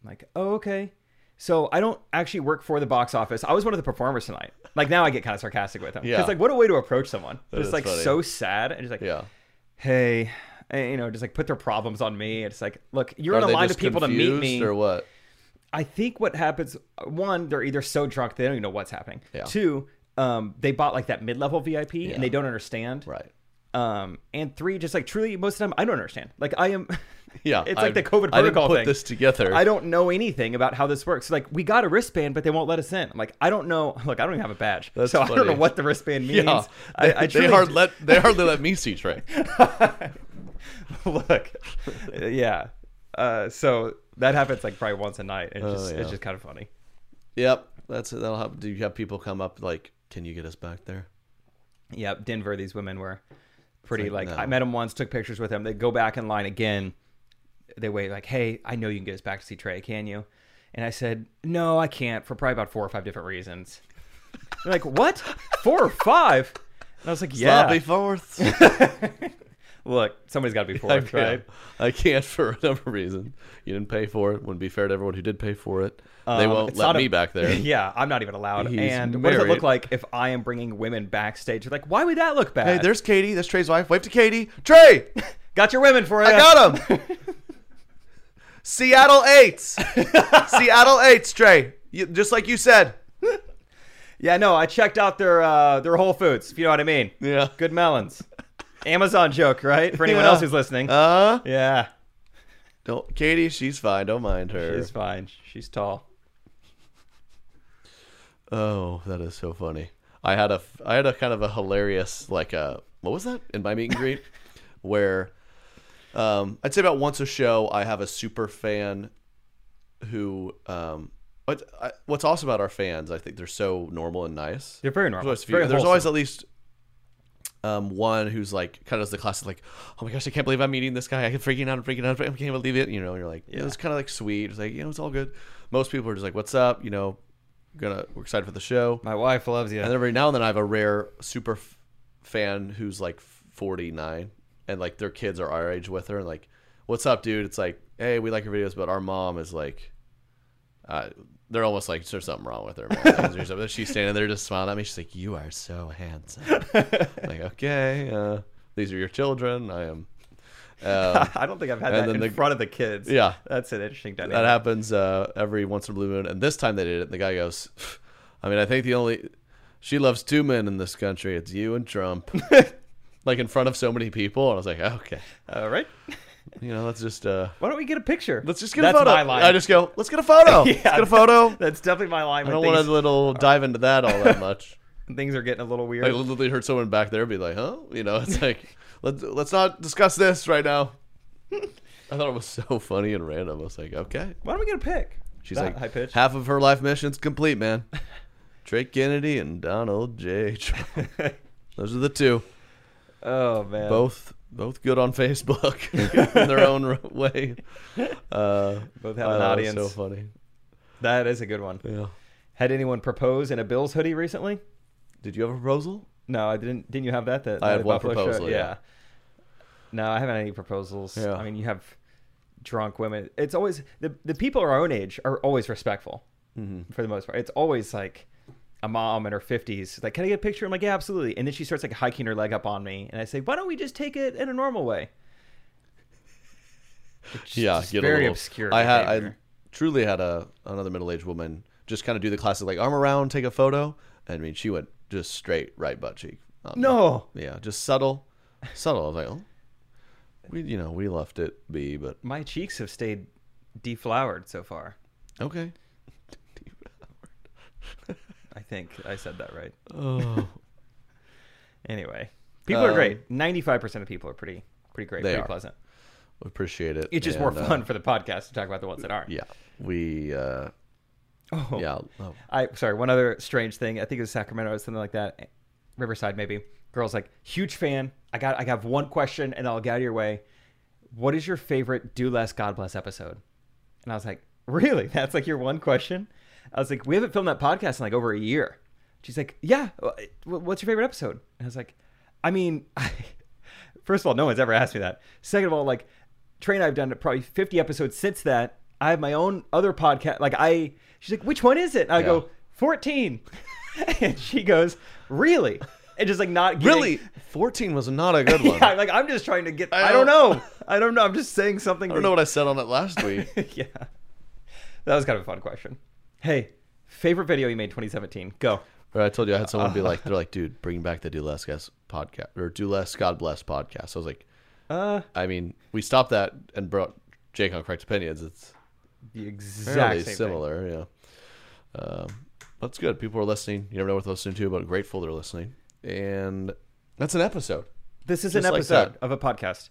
like, oh okay. So I don't actually work for the box office. I was one of the performers tonight. Like now I get kind of sarcastic with them. Yeah. It's like what a way to approach someone. is Just like funny. so sad and just like, Yeah. hey, and, you know, just like put their problems on me. It's like, look, you're Are in a they line just of people to meet confused me. or what? I think what happens one, they're either so drunk they don't even know what's happening. Yeah. Two, um, they bought like that mid level VIP and they don't understand. Right. Um, and three, just like truly, most of the time I don't understand. Like I am, Yeah. it's I- like the COVID protocol I didn't put thing. this together. I don't know anything about how this works. Like we got a wristband, but they won't let us in. I'm like I don't know. Look, I don't even have a badge, That's so I don't funny. know what the wristband means. Yeah. I, They, I they truly hard let they hardly let me see Trey. look yeah uh so that happens like probably once a night it's just Oh, yeah. it's just kind of funny Yep, that's it. That'll happen. Do you have people come up like, "Can you get us back there?" yeah denver these women were pretty like, like, no. i met them once took pictures with them they go back in line again they wait like hey i know you can get us back to see trey can you and i said no i can't for probably about four or five different reasons they're like what four or five and i was like yeah Sloppy fourth. look somebody's got to I be fourth can't. right I can't for a number of reasons. You didn't pay for it. Wouldn't be fair to everyone who did pay for it. they Um, won't it's not let a- me back there. yeah, I'm not even allowed. He's and what does it married. look like if I am bringing women backstage? You're like, why would that look bad? Hey, there's Katie. That's Trey's wife. Wave to Katie. Trey, Got your women for you. I got him. Seattle eights. Seattle eights. Trey, you, just like you said. Yeah, no, I checked out their uh, their Whole Foods. If you know what I mean. Yeah. Good melons. Amazon joke, right? For anyone Yeah. else who's listening. Uh, yeah, don't Katie. She's fine. Don't mind her. she's fine. She's tall. Oh, that is so funny. I had a I had a kind of a hilarious like uh what was that in my meet and greet where um I'd say about once a show I have a super fan who um what I, what's awesome about our fans I think they're so normal and nice. They're very normal. There's always, a few- Very there's always wholesome. at least um, one who's like kind of does the classic like, oh my gosh, I can't believe I'm meeting this guy. I can freaking out, I'm freaking out, I can't believe it. You know, you're like, it was kind of like sweet. It's like, you know, it's all good. Most people are just like, what's up? You know, gonna we're excited for the show. My wife loves you. And then every now and then I have a rare super f- fan who's like 49 and like their kids are our age with her and like, what's up, dude? It's like, hey, we like your videos, but our mom is like, uh, they're almost like there's something wrong with her. Man. Or something. She's standing there just smiling at me. She's like, you are so handsome. I'm like, okay, uh, these are your children. I am. Um, I don't think I've had And that then in the- front of the kids. Yeah. that's an interesting dynamic. that happens uh, every once in a blue moon. And this time they did it. And the guy goes, I mean, I think the only. She loves two men in this country. It's you and Trump. like in front of so many people. And I was like, okay. All right. You know, let's just uh, Why don't we get a picture? let's just get That's a photo. my line. I just go, let's get a photo. let's Yeah. get a photo. That's definitely my line I when don't want things, to little dive into that all that much. things are getting a little I weird. literally heard someone back there be like, "Huh?" You know, it's like let's let's not discuss this right now. I thought it was so funny and random. I was like, "Okay." Why don't we get a pic? She's That like, Ah, high pitch. half of her life mission's complete, man. Drake Kennedy and Donald J. Trump. Those are the two. oh man. Both both good on Facebook in their own r- way. Uh, Both have I an thought it was audience. So funny. That is a good one. Yeah. Had anyone propose in a Bills hoodie recently? Did you have a proposal? No, I didn't. Didn't you have that? That I had that one Buffalo proposal, yeah. No, I haven't had any proposals. Yeah. I mean, you have drunk women. It's always the the people our own age are always respectful Mm-hmm. for the most part. It's always like a mom in her fifties. Like, can I get a picture? I'm like, yeah, absolutely. And then she starts like hiking her leg up on me, and I say, why don't we just take it in a normal way? It's yeah, just get a very little- obscure. I had I behavior. truly had a another middle aged woman just kind of do the classic like arm around, take a photo. I mean, she went just straight right butt cheek. Um, no. yeah, just subtle, subtle. I was like, oh, we you know we left it be, but My cheeks have stayed deflowered so far. okay. I think I said that right. Oh, Anyway, people are Um, great. Ninety-five percent of people are pretty, pretty great, They pretty are. pleasant. appreciate it. It's just and, more uh, fun for the podcast to talk about the ones that aren't. yeah, we uh, Oh, yeah. Oh, I sorry. One other strange thing. I think it was Sacramento or something like that. Riverside, maybe. Girls like huge fan. I got. I have one question, and I'll get out of your way. What is your favorite Do Less God Bless episode? And I was like, really? That's like your one question? I was like, we haven't filmed that podcast in like over a year. She's like, yeah. uh, wh- What's your favorite episode? And I was like, I mean, first of all, no one's ever asked me that. Second of all, like, Trey and I have done probably 50 episodes since that. I have my own other podcast. Like, I, she's like, which one is it? And I Yeah. go, 14. and she goes, really? And just like not getting, really, fourteen was not a good one. Yeah, like I'm just trying to get. I, I don't, don't- know. I don't know. I'm just saying something. I don't know what I said on it last week. yeah. That was kind of a fun question. Hey, favorite video you made 2017? Go. Or I told you I had Uh. someone be like, they're like, dude, bring back the Do Less Guys podcast or Do Less God Bless podcast. I was like, Uh, I mean, we stopped that and brought Jake on Correct Opinions. It's the exact fairly same similar, yeah. Um, that's good. People are listening. You never know what they're listening to, but grateful they're listening. And that's an episode. Thing. This is Just an like episode that. of a podcast.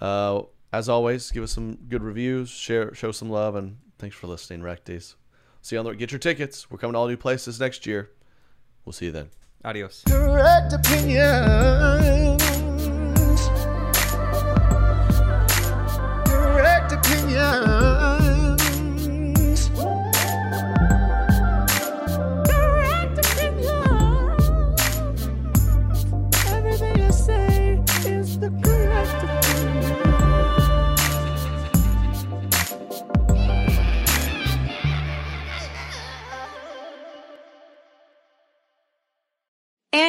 Uh, as always, give us some good reviews, share, show some love, and thanks for listening, Recties. See you on the get your tickets. We're coming to all new places next year. We'll see you then. Adios. correct opinions. Correct opinions. Correct opinions. Everything I say is the correct opinion.